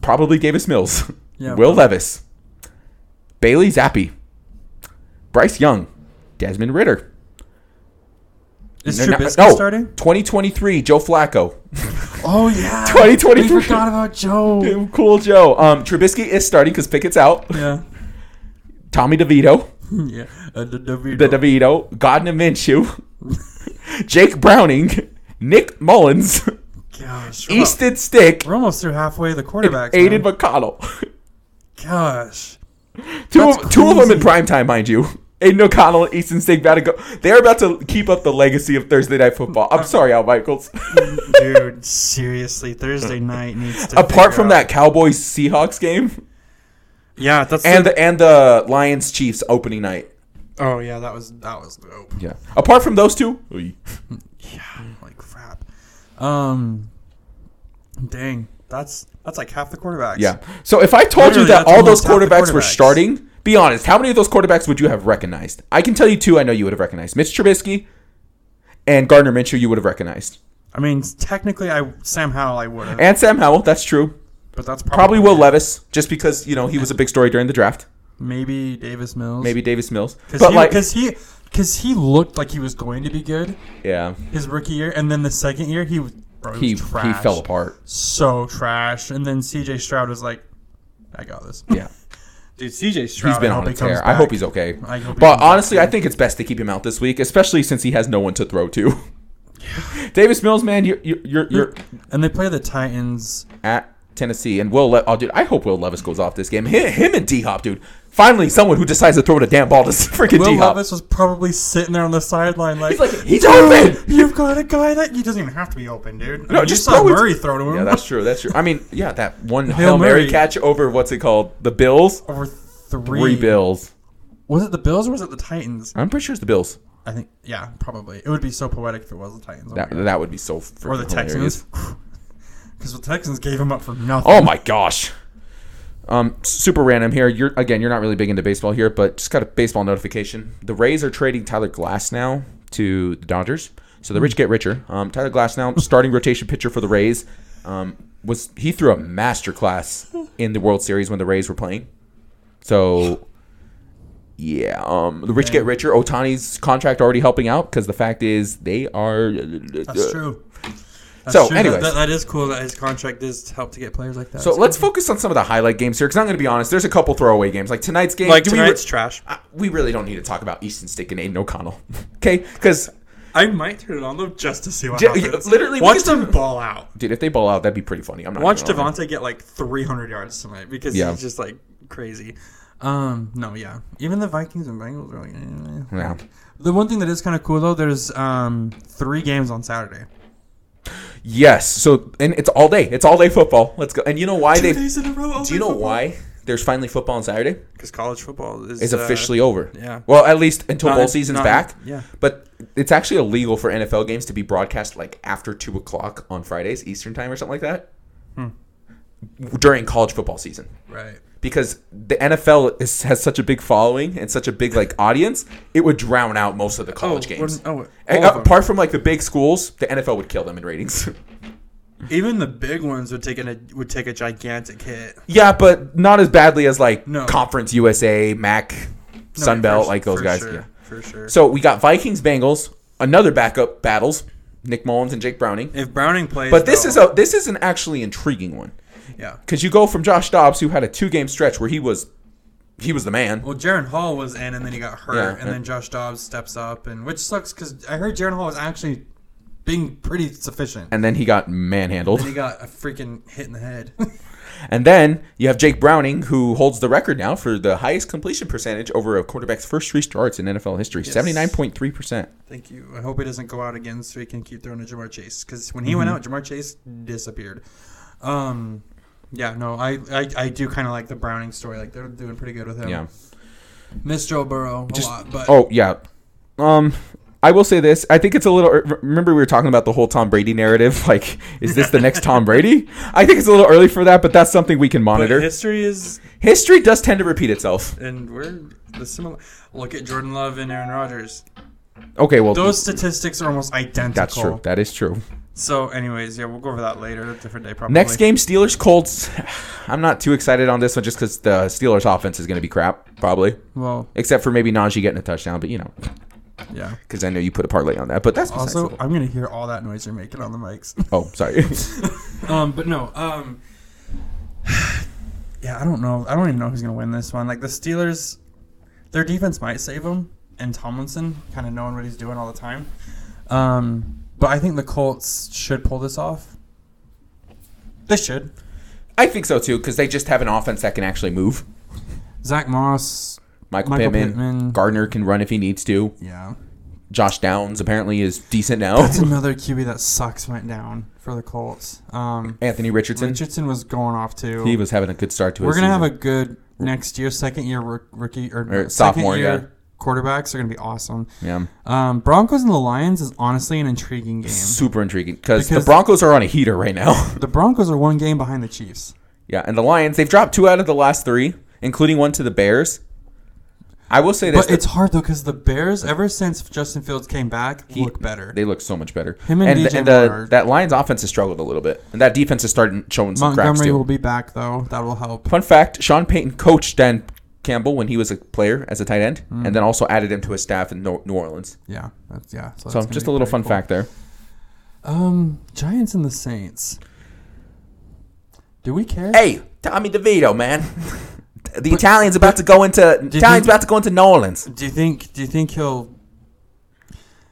probably Davis Mills,
Yeah.
Will Levis, Bailey Zappi, Bryce Young, Desmond Ritter.
Is
No, no,
Trubisky
no,
starting?
2023 Joe Flacco.
Oh yeah,
2023.
We forgot about Joe.
Damn cool Joe. Um Trubisky is starting cuz Pickett's out.
Yeah,
Tommy DeVito,
yeah. Uh, the
E.
Davido.
the DeVito, Gardner Minshew, Jake Browning, Nick Mullins,
gosh, we're, al-
Easton Stick,
we're almost through halfway the quarterbacks.
Aiden
man.
McConnell.
gosh,
Two
That's
of, two of them in
crazy.
prime time, mind you. Aiden O'Connell and Easton Stick about to go. They're about to keep up the legacy of Thursday Night Football. I'm sorry, Al Michaels.
dude, seriously, Thursday night needs to.
Apart
figure
from
out-
that Cowboys Seahawks game
yeah, that's
and
the-
the, and the Lions Chiefs opening night.
oh yeah, that was that was dope.
Yeah. Apart from those two, oy.
Yeah, like crap.
um,
Dang, that's that's like half the quarterbacks.
yeah. So if I told
Literally,
you that
that's
all
almost
those
half the
quarterbacks were
quarterbacks.
starting, be honest, how many of those quarterbacks would you have recognized? I can tell you two. I know you would have recognized Mitch Trubisky and Gardner Minshew. You would have recognized
I mean, technically, I Sam Howell I would have,
and Sam Howell. That's true.
but that's probably,
Probably Will Levis, just because you know he was a big story during the draft.
maybe Davis Mills.
maybe Davis Mills.
because
But
he,
like,
because he
because he looked like he was going to be good
yeah,
his rookie year, and then the second year he was, bro,
he
he, was
he
trash.
fell apart.
so trash. And then C.J. Stroud was like, I got this.
Yeah,
dude CJ Stroud
he's been
I
on
hope
a
he comes
tear. I hope
back.
he's okay.
I hope he
But
comes back,
honestly, I think it's best to keep him out this week, especially since he has no one to throw to. Davis Mills, man, you're you're you're, you're
And they play the Titans.
at Tennessee, and Will. Le- oh, dude, I hope Will Levis goes off this game. Him, him and D Hop, dude. Finally, someone who decides to throw the damn ball to freaking D
Will
Hop.
Levis was probably sitting there on the sideline like,
He's like, he's
"Dude,
open.
You've got a guy that you
He doesn't even have to be open, dude. I
No,
mean,
just
you saw
throw it-
Murray throw to him.
Yeah, that's true. That's true. I mean, yeah, that one
Hail
Hail Mary
Mary.
catch over what's it called? The Bills.
over three.
Three Bills.
Was it the Bills or was
was
it?
it the Titans?
I'm pretty sure it's the Bills.
I think yeah, probably. It would be so poetic if it was the Titans. Oh
That
my God.
that would be so.
Or the
freaking hilarious.
Texans? Because the Texans gave him up for nothing.
Oh my gosh. Um, super random here. You're again, you're not really big into baseball here, but just got a baseball notification. The Rays are trading Tyler Glass now to the Dodgers, so the
Hmm.
rich get richer. Um, Tyler Glass now starting rotation pitcher for the Rays. Um, was he threw a masterclass in the World Series when the Rays were playing? So, yeah. Um, the rich get richer. Otani's contract already helping out because the fact is they are.
That's true. That's
uh, So,
true.
anyways.
That, that is cool that his contract is to help to get players like that.
So let's focus on some of the highlight games here, because I'm going to be honest. There's a couple throwaway games, like tonight's game.
like
do we re-
tonight's trash.
I- we really don't need to talk about Easton Stick and Aiden O'Connell, okay? Because
I might turn it on though just to see what
Ju-
happens.
yeah, literally, we
watch
can-
them ball out.
dude, if they ball out, that'd be pretty funny. I'm not
Watch
gonna lie.
Devontae get like 300 yards tonight because
Yeah.
he's just like crazy.
Um, no, yeah. Even the Vikings and Bengals are like. eh.
Yeah.
The one thing that is kind of cool though, there's um three games on Saturday.
Yes. So and it's all day. It's all day football. Let's go. And you know why
Two
they?
days in a row.
Do you know why there's finally football on Saturday?
Because college football is
It's
uh,
officially over.
yeah.
Well, at least until
Not
bowl
in-
season's
not in-
back.
yeah.
But it's actually illegal for NFL games to be broadcast like after two o'clock on Fridays Eastern time or something like that.
Hmm.
During college football season.
Right.
because the NFL is, has such a big following and such a big like audience, it would drown out most of the college
Oh,
games.
wouldn't- oh,
And,
all
uh,
of them.
apart from like the big schools, the NFL would kill them in ratings.
Even the big ones would take an, a would take a gigantic hit.
yeah, but not as badly as like
No.
Conference USA, MAC,
No,
Sun Sunbelt,
for-
like those
for
guys.
sure,
Yeah.
for sure.
So we got Vikings, Bengals, another backup battles, Nick Mullins and Jake Browning.
if Browning plays,
But this is
though-
a this is an actually intriguing one
yeah.
because you go from Josh Dobbs, who had a two game stretch where he was he was the man.
Well, Jaron Hall was in, and then he got hurt,
Yeah,
and
yeah.
then Josh Dobbs steps up, and which sucks because
I heard Jaron Hall was actually being pretty sufficient.
And then he got manhandled.
he got a freaking hit in the head.
And then you have Jake Browning, who holds the record now for the highest completion percentage over a quarterback's first three starts in NFL history,
Yes.
seventy nine point three percent.
Thank you. I hope he doesn't go out again so he can keep throwing to Jamar Chase. Because when he
Mm-hmm.
went out, Jamar Chase disappeared. Um, yeah, no, I I, I do kind of like the Browning story. Like they're doing pretty good with him.
Yeah.
miss Joe Burrow a
Just-
lot, but
Oh yeah. Um, I will say this. I think it's a little. er, Remember, we were talking about the whole Tom Brady narrative. Like, is this the next Tom Brady? I think it's a little early for that, but that's something we can
but
monitor.
history is
History does tend to repeat itself.
and we're the similar. Look at Jordan Love and Aaron Rodgers.
Okay, well,
Those Oh statistics are almost identical.
that's true. That is true.
So, anyways, yeah, we'll go over that later, a different day probably.
Next game, Steelers Colts. I'm not too excited on this one just because the Steelers offense is going to be crap, probably.
Well,
Except for maybe Najee getting a touchdown, but you know,
yeah.
because I know you put a parlay on that. But that's besides
Also,
the-
I'm gonna hear all that noise you're making on the mics.
oh, sorry. Oh.
um, but no. Um, yeah, I don't know. I don't even know who's gonna win this one. Like the Steelers, their defense might save them, and Tomlinson kind of knowing what he's doing all the time. Um, but I think the Colts should pull this off. They should.
I think so too because they just have an offense that can actually move.
Zach Moss.
Michael,
Michael
Pittman,
Pittman.
Gardner can run if he needs to.
Yeah,
Josh Downs apparently is decent now.
that's another QB that sucks went down for the Colts. Um,
Anthony Richardson,
Richardson was going off too.
he was having a good start to
We're
his
gonna have a
season.
good next year, second year rook- rookie or,
Or sophomore,
second year
yeah.
quarterbacks are gonna be awesome.
yeah.
Um, Broncos and the Lions is honestly an intriguing game.
super intriguing because the
Because-
Broncos are on a heater right now.
The Broncos are one game behind the Chiefs.
yeah, and the Lions they've dropped two out of the last three, including one to the Bears. I will say this:
But it's hard though because the Bears, ever since Justin Fields came back,
He-
look better.
they look so much better.
Him and
the-
DJ
the,
Moore are-
that Lions offense has struggled a little bit, and that defense is starting showing some cracks
Montgomery
too.
will be back though. That will help.
Fun fact: Sean Payton coached Dan Campbell when he was a player as a tight end,
Mm.
and then also added him to his staff in Nor- New Orleans.
Yeah, that's, yeah. So, that's
So
gonna
just
be
a little
pretty
fun
cool.
fact there.
Um, Giants and the Saints. Do we care?
Hey, Tommy DeVito, man. The Italian's about to go into Italian's
you-
about to go into New Orleans.
Do you think? Do you think he'll?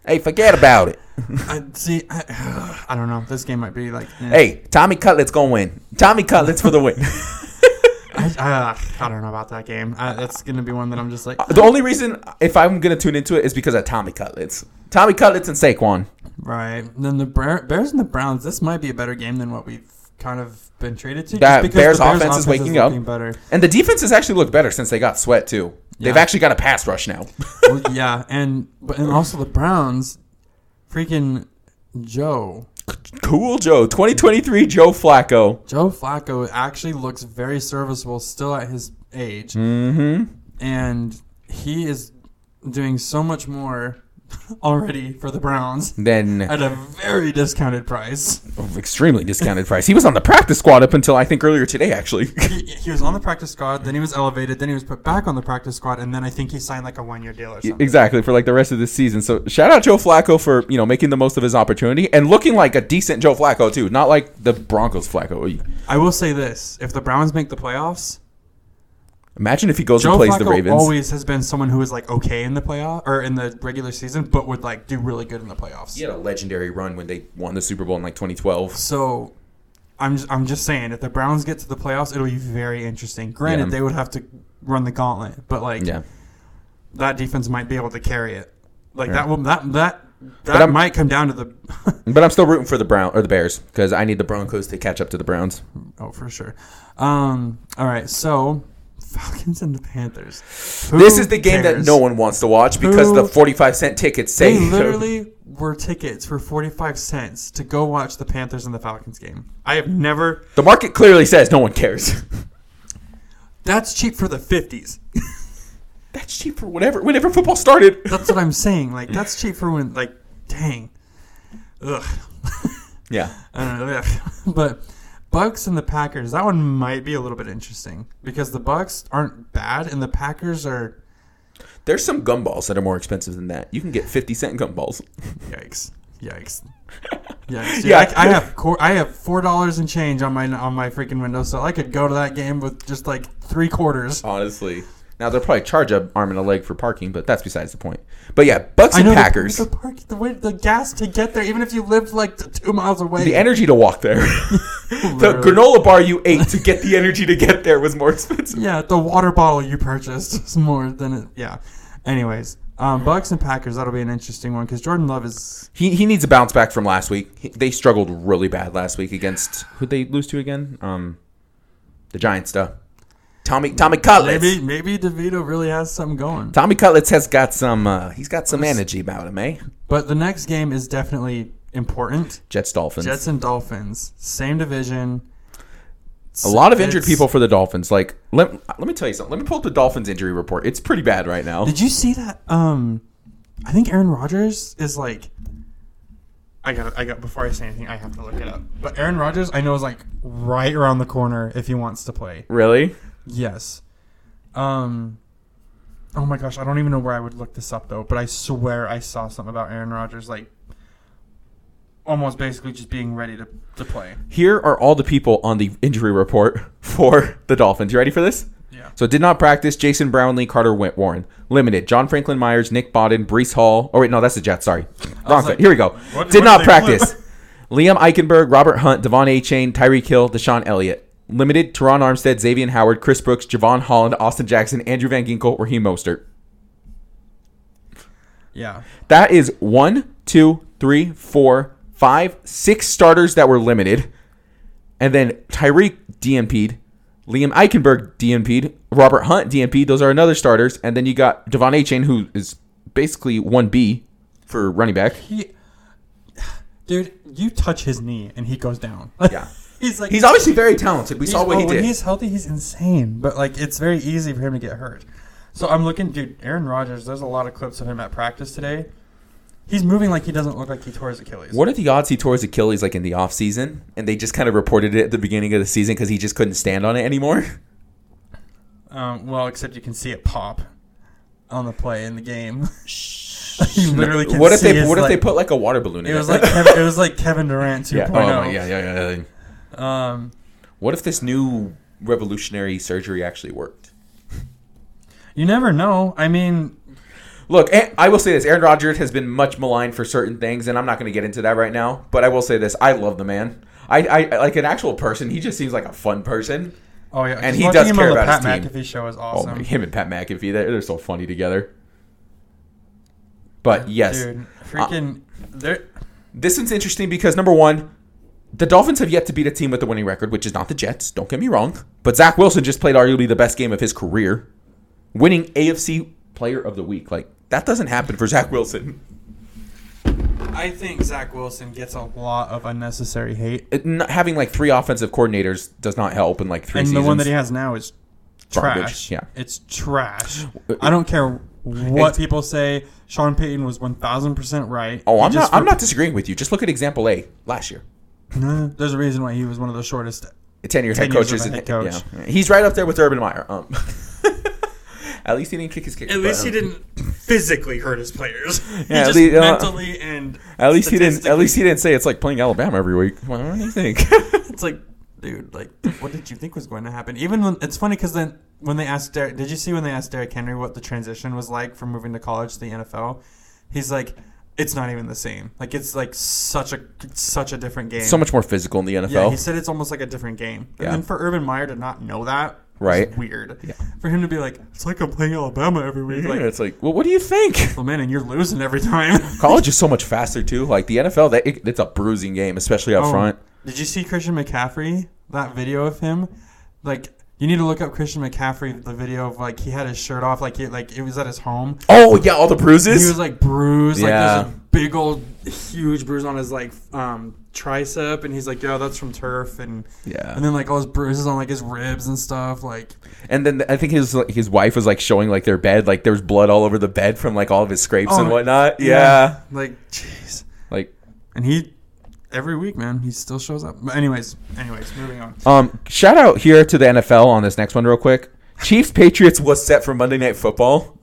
Hey, forget about it.
I see. I, I don't know. This game might be like. eh.
Hey, Tommy Cutlet's gonna win. Tommy Cutlet's for the win.
I, I, I don't know about that game. I, that's gonna be one that I'm just like.
the only reason if I'm gonna tune into it is because of Tommy Cutlets. Tommy Cutlets and Saquon.
Right. Then the Bra- Bears and the Browns. This might be a better game than what we've kind of been treated to.
That
just
Bears
the
offense is waking up.
looking Better.
And the defense has actually looked better since they got sweat too. They've
Yeah.
actually got a pass rush now.
well, yeah, and but and also the Browns, freaking Joe
cool Joe. Twenty twenty three Joe Flacco.
Joe Flacco actually looks very serviceable still at his age,
Mm-hmm.
and he is doing so much more already for the Browns
Then oh,
at a very discounted price.
extremely discounted price. He was on the practice squad up until I think earlier today actually.
he, he was on the practice squad, then he was elevated, then he was put back on the practice squad, and then I think he signed like a one year deal or something.
Exactly for like the rest of this season. So shout out Joe Flacco for you know making the most of his opportunity and looking like a decent Joe Flacco too, not like the Broncos Flacco.
I will say this: if the Browns make the playoffs,
Imagine if he goes
Joe
and plays
Flacco
the Ravens.
always has been someone who is like okay in the playoff or in the regular season, but would like do really good in the playoffs.
he had a legendary run when they won the Super Bowl in like 2012.
So, I'm just, I'm just saying, if the Browns get to the playoffs, it'll be very interesting. Granted,
Yeah.
they would have to run the gauntlet, but like
Yeah,
that defense might be able to carry it. Like
Yeah.
that will that that that
I'm-
might come down to the
but I'm still rooting for the Brown or the Bears because I need the Broncos to catch up to the Browns.
Oh, for sure. Um, all right, so Falcons and the Panthers.
this
Who
is the game that
cares?
no one wants to watch because
Who-
the 45 cent tickets say
They literally were tickets for forty-five cents to go watch the Panthers and the Falcons game. I have never.
the market clearly says no one cares.
That's cheap for the fifties.
That's cheap for whatever whenever football started.
That's what I'm saying. Like that's cheap for when. Like, dang. Ugh.
Yeah.
I don't know. Ugh. but Bucks and the Packers. That one might be a little bit interesting because the Bucks aren't bad and the Packers are.
There's some gumballs that are more expensive than that. You can get 50 cent gumballs.
Yikes! Yikes! Yikes!
Yeah.
Yeah, I, I have cor- I have four dollars in change on my on my freaking windowsill. I could go to that game with just like three quarters.
Honestly. Now they'll probably charge a arm and a leg for parking, but that's besides the point. But yeah, Bucks
I
and
know the-
Packers.
The,
The,
park, the way, the gas to get there, even if you lived like t- two miles away.
energy to walk there. The granola bar you ate to get the energy to get there was more expensive.
Yeah, the water bottle you purchased is more than it. Yeah. Anyways, um, Bucks and Packers that'll be an interesting one because Jordan Love is
He, he needs a bounce back from last week. He, they struggled really bad last week against who they lose to again? Um, the Giants, duh. Tommy Tommy Cutlets.
maybe maybe DeVito really has something going.
Tommy Cutlets has got some. Uh, he's got some energy about him, eh?
But the next game is definitely important.
Jets Dolphins.
Jets and Dolphins, same division.
a lot of injured
It's-
people for the Dolphins. Like let, let me tell you something. Let me pull up the Dolphins injury report. It's pretty bad right now.
Did you see that? Um, I think Aaron Rodgers is like. I got. I got. Before I say anything, I have to look it up. But Aaron Rodgers, I know, is like right around the corner if he wants to play.
Really?
Yes. Um. Oh my gosh, I don't even know where I would look this up though. But I swear I saw something about Aaron Rodgers like almost basically just being ready to to play.
Here are all the people on the injury report for the Dolphins. You ready for this?
Yeah.
So did not practice Jason Brownlee, Carter Went Warren. Limited. John Franklin Myers, Nick Bodden, Brees Hall. Oh wait, no, that's the Jets, sorry. Wrong
like,
fit. Here we go.
what-
did
what
not
did they flip?
practice. Liam Eichenberg, Robert Hunt, Devon A. Chain, Tyreek Hill, Deshaun Elliott. Limited, Teron Armstead, Xavier Howard, Chris Brooks, Javon Holland, Austin Jackson, Andrew Van Ginkle, Raheem Mostert.
Yeah.
That is one, two, three, four, five, six starters that were limited. And then Tyreek DNP'd, Liam Eichenberg DNP'd, Robert Hunt DNP'd. Those are another starters. And then you got Devon Achain, who is basically 1B for running back.
He, dude, you touch his knee and he goes down.
Yeah.
he's like
He's obviously very talented. We saw
He's-
what he
oh, When
did.
he's healthy, he's insane. But like, it's very easy for him to get hurt. So I'm looking, dude. Aaron Rodgers. There's a lot of clips of him at practice today. He's moving like he doesn't look like he tore his Achilles.
What are the odds he tore his Achilles like in the offseason? And they just kind of reported it at the beginning of the season because he just couldn't stand on it anymore?
Um, well, except you can see it pop on the play in the game. you literally can
what if
see
they
his,
what if they
like-
put like a water balloon in
It was like Kevin, it was like Kevin Durant 2.0.
yeah. Oh, my- yeah, yeah, yeah, yeah.
Um,
What if this new revolutionary surgery actually worked?
you never know. I mean,
Look, A- I will say this: Aaron Rodgers has been much maligned for certain things, and I'm not going to get into that right now. But I will say this: I love the man. I, I like an actual person. He just seems like a fun person.
oh yeah,
And
just
he
watching
does
him
care
on the
about
Pat
his team.
McAfee show is
Oh,
awesome.
him and Pat McAfee, they're, they're so funny together. But yes,
dude, freaking, there.
this one's interesting because number one, the Dolphins have yet to beat a team with a winning record, which is not the Jets. Don't get me wrong, but Zach Wilson just played arguably the best game of his career, winning AFC Player of the Week. Like that doesn't happen for Zach Wilson.
I think Zach Wilson gets a lot of unnecessary hate,
it, n having like three offensive coordinators does not help in like three
and
seasons.
the one that he has now is trash.
Garbage, yeah.
it's trash. I don't care what
It's-
people say. Sean Payton was one thousand percent right.
oh,
He
I'm
just
not. I'm not disagreeing with you. Just look at example A last year.
Nah, there's a reason why he was one of the shortest.
Ten year head
10 years
coaches.
of
and,
a head coach.
Yeah. he's right up there with Urban Meyer. Um, at least he didn't kick his kick. but, um,
didn't physically hurt his players. he
at just least, uh, mentally
and
At least he didn't. At least he didn't say it's like playing Alabama every week. Well, what do you think?
It's like, dude, like, what did you think was going to happen? Even when it's funny because then when they asked Derek, did you see when they asked Derek Henry what the transition was like from moving to college to the NFL? He's like, it's not even the same. Like, it's like such a such a different game.
so much more physical in the NFL.
Yeah, he said it's almost like a different game. And
Yeah.
then for Urban Meyer to not know that, was
Right.
Weird.
Yeah.
For him to be like, it's like I'm playing Alabama every week.
Yeah,
Like,
it's like, well, what do you think?
well, man, and you're losing every time.
College is so much faster too. Like the NFL, that it, it's a bruising game, especially up
Oh,
front.
Did you see Christian McCaffrey? That video of him, like you need to look up Christian McCaffrey. The video of like he had his shirt off, like he like it was at his home.
Oh yeah, all the
He
bruises.
was like bruised, like
Yeah.
there's a big old huge bruise on his like um tricep, and he's like, "Yo, that's from turf," and
yeah.
and then like all his bruises on like his ribs and stuff, like
And then I think his like, his wife was like showing like their bed, like there was blood all over the bed from like all of his scrapes and
Oh,
whatnot. Yeah.
like jeez,
like
and he. Every week, man, he still shows up. But anyways, anyways, moving on.
um, shout out here to the NFL on this next one real quick. Chiefs Patriots was set for Monday Night Football.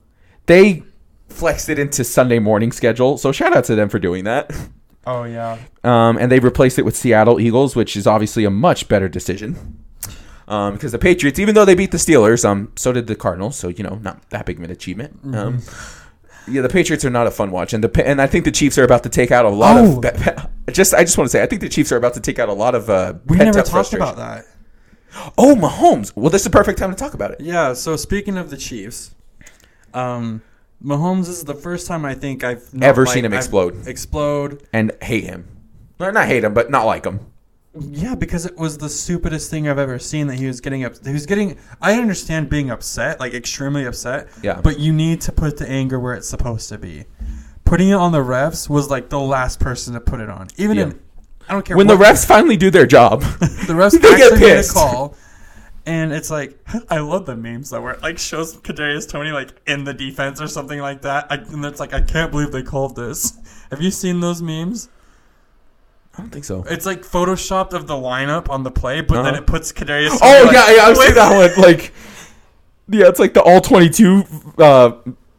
They flexed it into Sunday morning schedule, so shout out to them for doing that.
Oh yeah,
Um, and they replaced it with Seattle Eagles, which is obviously a much better decision. Um, because the
Mm-hmm.
Patriots, even though they beat the Steelers, um, so did the Cardinals. So you know, not that big of an achievement. Um, Yeah, the Patriots are not a fun watch, and the Pa- and I think the Chiefs are about to take out a lot
Oh.
of. Pe- pe- just I just want to say I think the Chiefs are about to take out a lot of. Uh,
We
pent
never
up
talked
frustration.
about that.
Oh, Mahomes. Well, this is the perfect time to talk about it.
Yeah. So speaking of the Chiefs, um, Mahomes is the first time I think I've not
Ever
liked-
seen him
I've-
explode.
Explode.
And hate him, Well, not hate him, but not like him.
Yeah, because it was the stupidest thing I've ever seen that he was getting up. He was getting. I understand being upset, like extremely upset.
Yeah.
But you need to put the anger where it's supposed to be. Putting it on the refs was like the last person to put it on. Even
Yeah.
in, I don't care
When the
what-
refs finally do their job,
The refs
they
actually
get
made a
pissed.
call. And it's like I love the memes though, where it like shows Kadarius Tony like in the defense or something like that, I, and it's like I can't believe they called this. Have you seen those memes?
I don't think so.
It's like photoshopped of the lineup on the play, but then
Uh-huh.
it puts Kadarius.
Oh
Toney, like,
yeah, yeah, I've seen
with-
that one. Like, yeah, it's like the all twenty-two. Uh,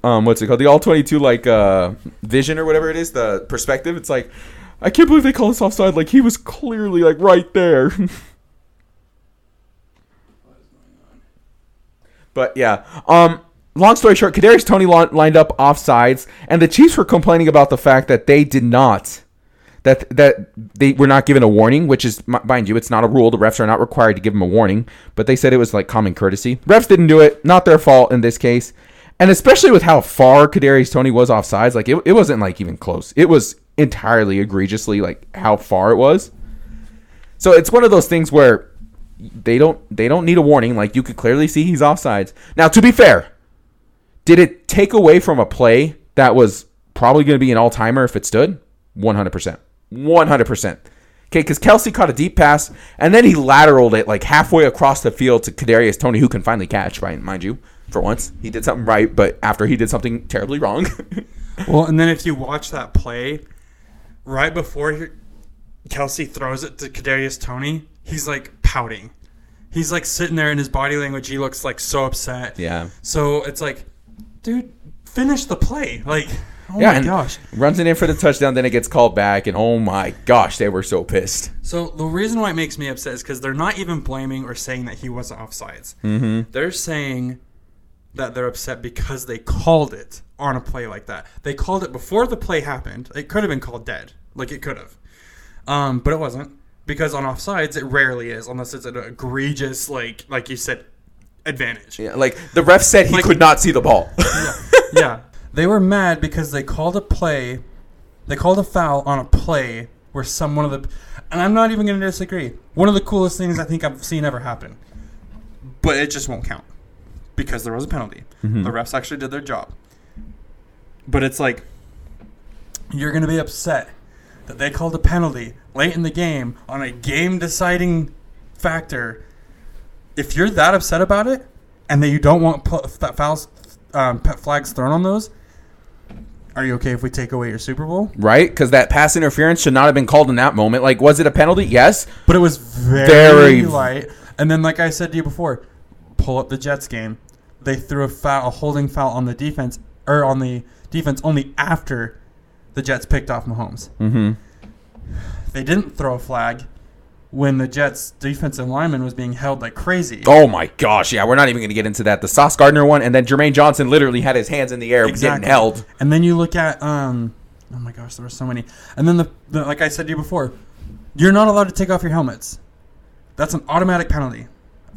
um, what's it called? The all twenty-two like uh, vision or whatever it is. The perspective. It's like, I can't believe they call us offside. Like he was clearly like right there. but yeah. Um. Long story short, Kadarius Tony lined up offsides, and the Chiefs were complaining about the fact that they did not that that they were not given a warning, which is m- mind you, it's not a rule. The refs are not required to give them a warning, but they said it was like common courtesy. Refs didn't do it, not their fault in this case, and especially with how far Kadarius Tony was offsides, like it, it wasn't like even close. It was entirely egregiously like how far it was. So it's one of those things where they don't they don't need a warning. Like you could clearly see he's offsides. Now, to be fair, did it take away from a play that was probably going to be an all timer if it stood? 100%. 100%. Okay, because Kelsey caught a deep pass and then he lateraled it like halfway across the field to Kadarius Tony, who can finally catch, right? Mind you, for once he did something right, but after he did something terribly wrong,
Well, and then if you watch that play, right before he, Kelsey throws it to Kadarius Tony, he's like pouting. He's like sitting there in his body language. He looks like so upset.
Yeah.
So it's like, dude, finish the play. Like, oh
yeah,
my
and
gosh.
runs it in for the touchdown. Then it gets called back, and oh my gosh, they were so pissed.
So the reason why it makes me upset is because they're not even blaming or saying that he wasn't offsides. Mm-hmm. They're saying that they're upset because they called it on a play like that. They called it before the play happened. It could have been called dead, like it could have, um, but it wasn't because on offsides it rarely is unless it's an egregious, like like you said, advantage.
Yeah, like the ref said he
Like-
could not see the ball.
yeah. They were mad because they called a play, they called a foul on a play where some one of the, and I'm not even going to disagree. One of the coolest things I think I've seen ever happen, but it just won't count because there was a penalty. The refs actually did their job, but it's like you're going to be upset that they called a penalty late in the game on a game deciding factor. If you're that upset about it, and that you don't want pl- f- fouls, um, p- flags thrown on those, are you okay if we take away your Super Bowl?
right? Because that pass interference should not have been called in that moment. Like, was it a penalty? Yes.
But it was very,
Very.
light. And then, like I said to you before, pull up the Jets game. They threw a foul, a holding foul on the defense or on the defense only after the Jets picked off Mahomes.
Mm-hmm.
They didn't throw a flag when the Jets defensive lineman was being held like crazy.
Oh my gosh, yeah, we're not even going to get into that. The Sauce Gardner one, and then Jermaine Johnson literally had his hands in the air getting held.
And then you look at um, oh my gosh, there were so many. And then the, the like I said to you before, you're not allowed to take off your helmets. That's an automatic penalty,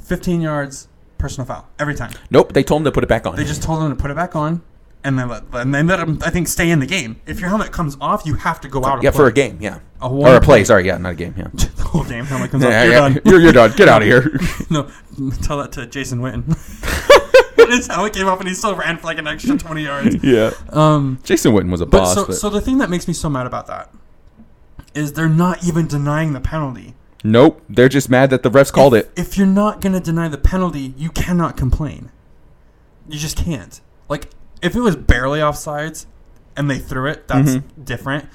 15 yards, personal foul every time.
Nope, they told him to put it back on.
They just told them to put it back on, and they let and they let them I think stay in the game. If your helmet comes off, you have to go out.
yeah,
and
for a
play.
game, yeah.
A
or a
one-
play, sorry, yeah, not a game, yeah.
the whole game helmet comes
yeah,
off. You're
yeah,
done.
You're, you're done. Get out of here.
No, tell that to Jason Witten. His helmet came off and he still ran for like an extra 20 yards.
yeah.
Um,
Jason Witten was a
But
boss.
so,
but-
so the thing that makes me so mad about that is they're not even denying the penalty.
nope, they're just mad that the refs called it.
If you're not gonna deny the penalty, you cannot complain. You just can't. Like if it was barely offsides and they threw it, that's
Mm-hmm.
different.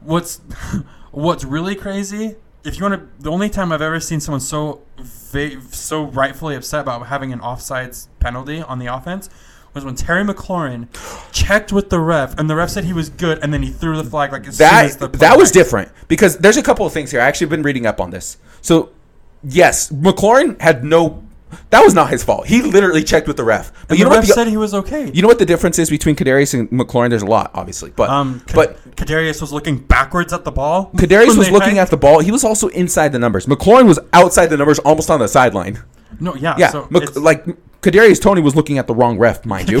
What's what's really crazy? If you want to, the only time I've ever seen someone so va- so rightfully upset about having an offsides penalty on the offense was when Terry McLaurin checked with the ref, and the ref said he was good, and then he threw the flag like as soon as the
That
play
that was
ended.
different because there's a couple of things here. I actually been reading up on this. So yes, McLaurin had no That was not his fault. He literally checked with the ref. But
And
you know
the
what?
ref
the-
said he was okay.
you know what the difference is between Kadarius and McLaurin? There's a lot, obviously, but
um, K-
but
Kadarius was looking backwards at the ball.
Kadarius was looking at the ball. He was also inside the numbers. McLaurin was outside the numbers, almost on the sideline.
No, yeah.
Yeah,
Uh, So
Mc-
it's-
like Kadarius Tony was looking at the wrong ref, mind you.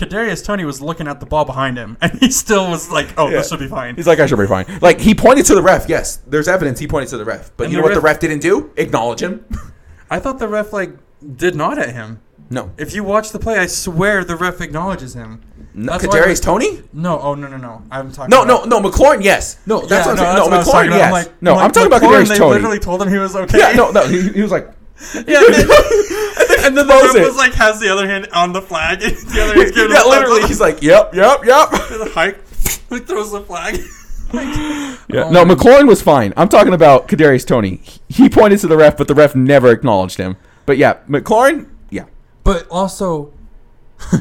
Kadarius Tony was looking at the ball behind him, and he still was like, "Oh,
Yeah.
this should be fine."
He's like, I should be fine. Like he pointed to the ref. Yes, there's evidence. He pointed to the ref, but
And
you
the
know what the
ref-
ref didn't do? Acknowledge him.
I thought the ref like did not at him.
No,
If you watch the play, I swear the ref acknowledges him.
no
That's why I was-
Kadarius Tony.
No, oh no no no, I'm talking.
No, no,
about-
no. McLaurin, yes. No, that's what I'm saying. No, McLaurin, yes. no, I'm, talking about
McLaurin,
Kadarius
They
Tony.
literally told him he was okay.
Yeah, no, no. He, he was like,
yeah, and then, and then the
throws
ref
it.
was like has the other hand on the flag, and the other hand's giving
yeah,
the
literally. He's like, yep, yep, yep.
the hike, like throws the flag.
Oh, Um,
Yeah. No, McLaurin was fine. I'm talking about Kadarius Tony. He pointed to the ref, but the ref never acknowledged him. But yeah, McLaurin, yeah.
But also,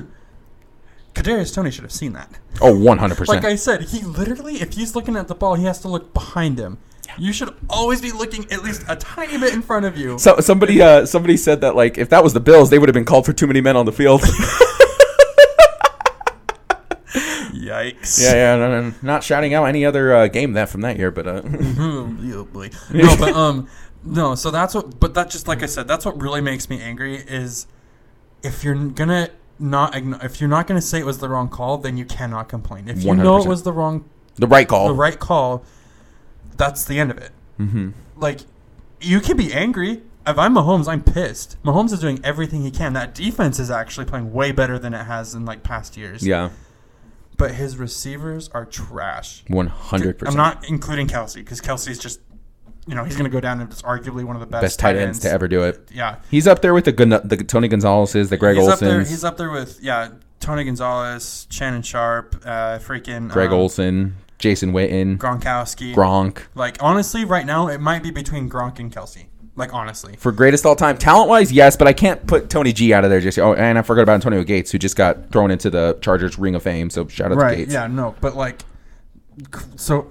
Kadarius Tony should have seen that.
Oh, 100. percent
Like I said, he literally, if he's looking at the ball, he has to look behind him. You should always be looking at least a tiny bit in front of you.
So somebody, uh, somebody said that like if that was the Bills, they would have been called for too many men on the field.
Yikes.
yeah, yeah. No, no, not shouting out any other uh, game that from that year, but uh,
Mm-hmm. Probably. No, but um, no. So that's what. But that just like I said, that's what really makes me angry is if you're gonna not igno- if you're not gonna say it was the wrong call, then you cannot complain. If you know it
100%.
was the wrong
the right call.
the right call, that's the end of it.
Mm-hmm.
Like you can be angry. If I'm Mahomes, I'm pissed. Mahomes is doing everything he can. That defense is actually playing way better than it has in like past years.
Yeah,
But his receivers are trash.
100. percent
I'm not including Kelsey because Kelsey's just, you know, he's going to go down and it's arguably one of the best,
best tight ends to ever do it.
Yeah,
He's up there with the Gun- the Tony Gonzalez's, the Greg
he's
Olsons,
up there. He's up there with yeah, Tony Gonzalez, Shannon Sharp, uh, freaking
Greg
um,
Olson, Jason Witten,
Gronkowski.
Gronk.
Like honestly, right now it might be between Gronk and Kelsey. Like honestly,
For greatest all time, talent wise, yes, but I can't put Tony G out of there just. Oh, and I forgot about Antonio Gates, who just got thrown into the Chargers Ring of Fame. So shout out to
right?
Gates.
Yeah, no, but like, so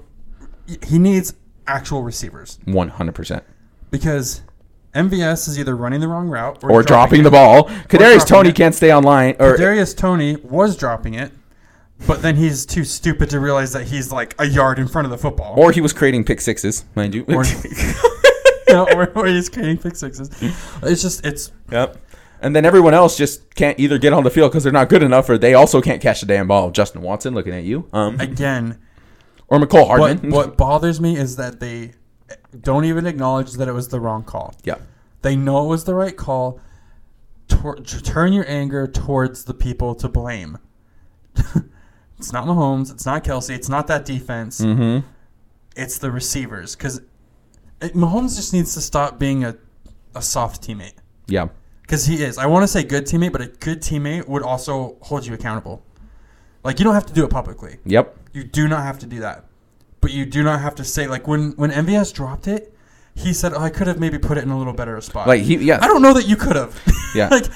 he needs actual receivers
100%.
because MVS is either running the wrong route
Or dropping, the ball. Kadarius
dropping
Tony
it.
can't stay online. Or
Darius Tony was dropping it, but then he's too stupid to realize that he's like a yard in front of the football.
or he was creating pick sixes, mind you.
Or- No, or, or he's creating pick sixes. It's just it's
yep. And then everyone else just can't either get on the field because they're not good enough, or they also can't catch the damn ball. Justin Watson looking at you, um,
again.
or McCole
What
Hardman.
what bothers me is that they don't even acknowledge that it was the wrong call.
Yeah,
They know it was the right call. Tor- t- turn your anger towards the people to blame. it's not Mahomes. It's not Kelsey. It's not that defense.
Mhm.
It's the receivers because Mahomes just needs to stop being a a soft teammate
yeah.
because he is. I want to say good teammate, but a good teammate would also hold you accountable. Like you don't have to do it publicly.
Yep.
You do not have to do that. But you do not have to say like when when MVS dropped it, he said, "Oh, I could have maybe put it in a little better spot."
Like he, yeah.
I don't know that you could have.
Yeah.
like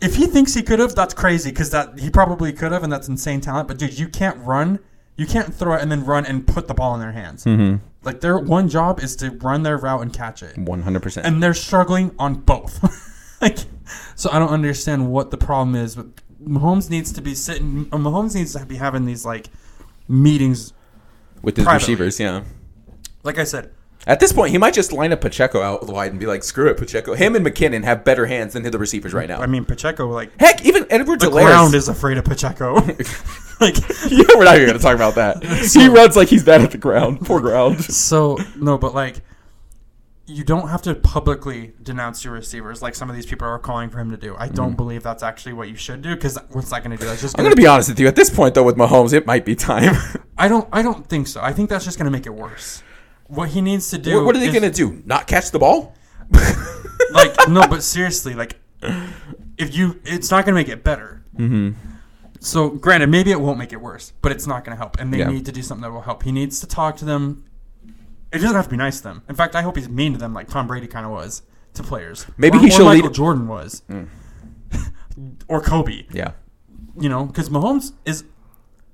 if he thinks he could have, that's crazy because that he probably could have, and that's insane talent. But dude, you can't run, you can't throw it and then run and put the ball in their hands.
Mm-hmm.
Like their one job is to run their route and catch it,
One hundred percent.
and they're struggling on both. like, so I don't understand what the problem is. But Mahomes needs to be sitting. uh, Mahomes needs to be having these like meetings.
With his
privately.
receivers, yeah.
Like I said,
At this point, he might just line up Pacheco out wide and be like, "Screw it, Pacheco." Him and McKinnon have better hands than the receivers right now.
I mean Pacheco like
Heck, even Edward
the ground
Delaire.
is afraid of Pacheco. like
yeah, we're not even going to talk about that. he runs like he's dead at the ground. Poor ground.
So no, but like, you don't have to publicly denounce your receivers like some of these people are calling for him to do. I don't believe that's actually what you should do because what's that going to do? That's just
Mm-hmm. I'm
gonna,
going to be honest with you. At this point, though, with Mahomes, it might be time.
I don't. I don't think so. I think that's just going to make it worse. What he needs to do.
what, what are they
is-
going to do? Not catch the ball?
Like no, but seriously, like, if you, it's not going to make it better. Mm-hmm. So granted, maybe it won't make it worse, but it's not going to help, and they
Yeah.
need to do something that will help. He needs to talk to them. It doesn't have to be nice to them. In fact, I hope he's mean to them, like Tom Brady kind of was to players.
Maybe
or,
he
or
should
Michael
lead-
Jordan was, or Kobe.
Yeah.
You know, because Mahomes is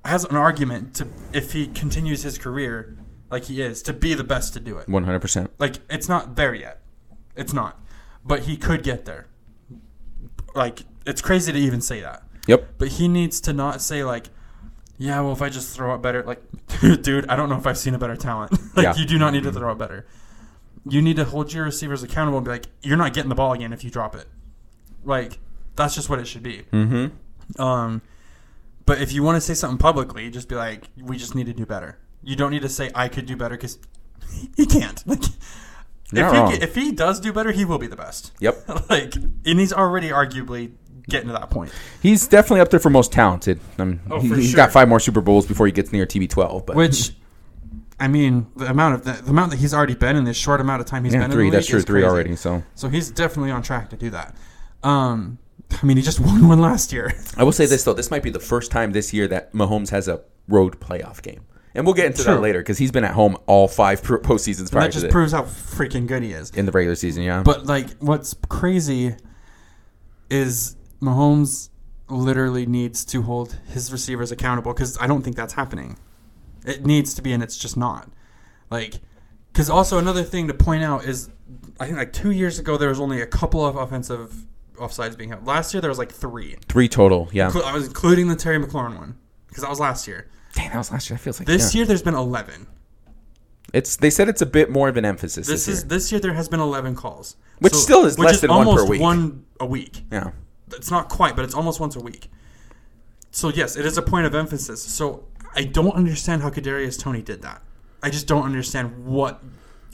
has an argument to if he continues his career like he is to be the best to do it
100%.
like it's not there yet. It's not. But he could get there. like it's crazy to even say that.
Yep.
But he needs to not say like, yeah, well, if I just throw it better, like, dude, I don't know if I've seen a better talent. like,
Yeah.
you do not need to throw it better. You need to hold your receivers accountable and be like, you're not getting the ball again if you drop it. Like, that's just what it should be.
Mm-hmm.
Um, but if you want to say something publicly, just be like, we just need to do better. You don't need to say I could do better because he can't. Like,
You're
if
not
he,
wrong.
ca- if he does do better, he will be the best.
Yep.
like, and he's already arguably getting to that point.
He's definitely up there for most talented. I mean,
Oh,
he,
for
has
sure.
got five more Super Bowls before he gets near TB12. But
Which, I mean, the amount of the, the amount that he's already been in this short amount of time he's
yeah,
been
three.
in the
That's
league
true.
is
Three
crazy.
already. So
So he's definitely on track to do that. Um, I mean, he just won one last year.
I will say this though: this might be the first time this year that Mahomes has a road playoff game, and we'll get into that
True.
later because he's been at home all five pro- postseasons
And
prior
that
to
just
this.
proves how freaking good he is.
in the regular season. Yeah,
But like, what's crazy is Mahomes literally needs to hold his receivers accountable because I don't think that's happening. It needs to be, and it's just not. Like, because also another thing to point out is, I think like two years ago there was only a couple of offensive offsides being held. Last year there was like three.
three total. Yeah,
Cl- I was including the Terry McLaurin one because that was last year.
Dang, that was last year. That feels like
This
yeah.
year there's been eleven.
It's they said it's a bit more of an emphasis this,
This is
year.
this year there has been eleven calls,
Which still is less than one per
almost
week.
One a week.
yeah,
it's not quite, but it's almost once a week. So yes, it is a point of emphasis. So I don't understand how Kadarius Tony did that. I just don't understand what.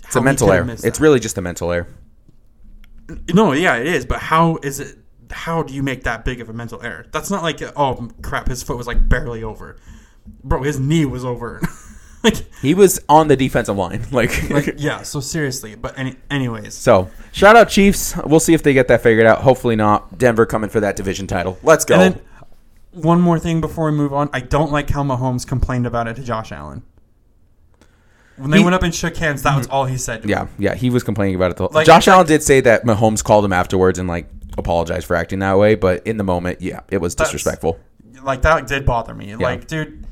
it's
Oh,
a mental error. It's really just a mental error.
no, yeah, it is. But how is it? How do you make that big of a mental error? That's not like oh crap, his foot was like barely over, bro. His knee was over. like,
He was on the defensive line, like.
like yeah. So seriously, but any, anyways,
so, shout out Chiefs. We'll see if they get that figured out. Hopefully not. Denver coming for that division title. Let's go.
and then one more thing before we move on. I don't like how Mahomes complained about it to Josh Allen. When they
He- Mm.
went up and shook hands, that was all he said.
yeah, yeah, he was complaining about it. The whole,
Like-
Josh Allen did say that Mahomes called him afterwards and like apologized for acting that way, but in the moment, yeah, it was
That's-
disrespectful.
Like that did bother me. Like, dude,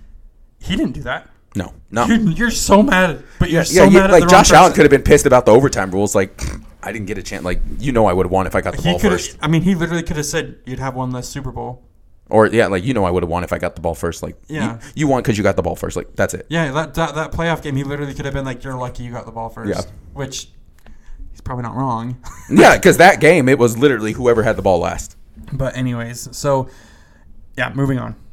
he didn't do that.
No, no.
You're, you're so mad, but you're so
yeah, you-
mad. at
like
the
Josh
wrong
Allen could
person.
have been pissed about the overtime rules. Like, I didn't get a chance. Like, you know, I would have won if I got the ball
He could.
first.
have I mean, he literally could have said, "You'd have one less Super Bowl."
Or yeah, like you know, I would have won if I got the ball first. Like
Yeah.
you, you won because you got the ball first. Like that's it.
Yeah, that, that that playoff game, he literally could have been like, "You're lucky you got the ball first.
Yeah.
Which he's probably not wrong.
Yeah, because that game it was literally whoever had the ball last.
but anyways, so yeah, moving on.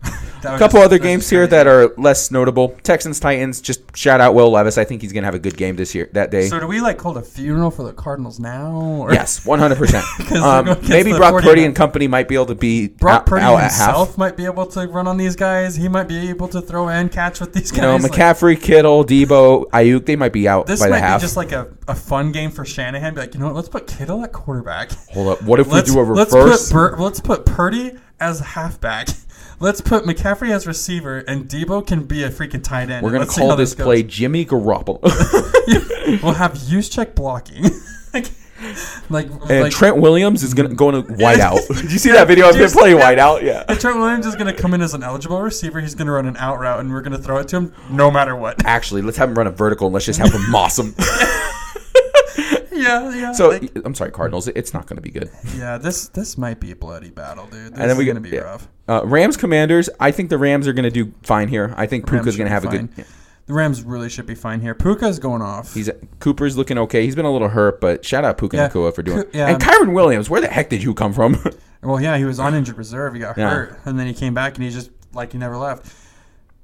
A couple other games here that are less notable. Texans Titans. Just shout out Will Levis. I think he's gonna have a good game this year. That day.
So do we like hold a funeral for the Cardinals now? Or?
Yes, one hundred percent. Um,
'Cause they're going against
Maybe
the
Brock
49ers.
Purdy and company might be able to be
Brock
out-
Purdy
out at
himself
half.
might be able to run on these guys. He might be able to throw and catch with these
You know,
guys. Like,
McCaffrey, Kittle, Debo, Ayuk, they might be out
this
by the
might
half.
be just like a, a fun game for Shanahan. Be like, you know what? Let's put Kittle at quarterback.
Hold up, what if
Let's,
we do a
let's
reverse?
put Bur- let's put Purdy as halfback. Let's put McCaffrey as receiver, and Debo can be a freaking tight end.
We're gonna
Let's see
call
how
this
goes.
play Jimmy Garoppolo,
we'll have use check blocking. like, like,
and
like-
Trent Williams is gonna going to wide out. Did you see that video of
Did you
him playing
see that?
wide out? Yeah.
And Trent Williams is going to come in as an eligible receiver. He's going to run an out route, and we're going to throw it to him no matter what.
actually let's have him run a vertical and let's just have him moss him.
yeah, yeah.
so
like-
I'm sorry, Cardinals. It's not going to be good.
yeah, this this might be a bloody battle, dude. This
And then we
is
get-
going to be
yeah.
rough.
Uh, Rams Commanders. I think the Rams are going to do fine here. I think
Rams
Puka's
should
going to have
be
a
fine.
good. yeah.
The Rams really should be fine here. Puka's going off.
He's Cooper's looking okay. He's been a little hurt, but shout out Puka
Yeah.
Nakua for doing.
Coo- yeah.
And Kyron Williams, where the heck did you come from?
well, yeah, he was on injured reserve. He got
Yeah.
hurt, and then he came back, and he just like he never left.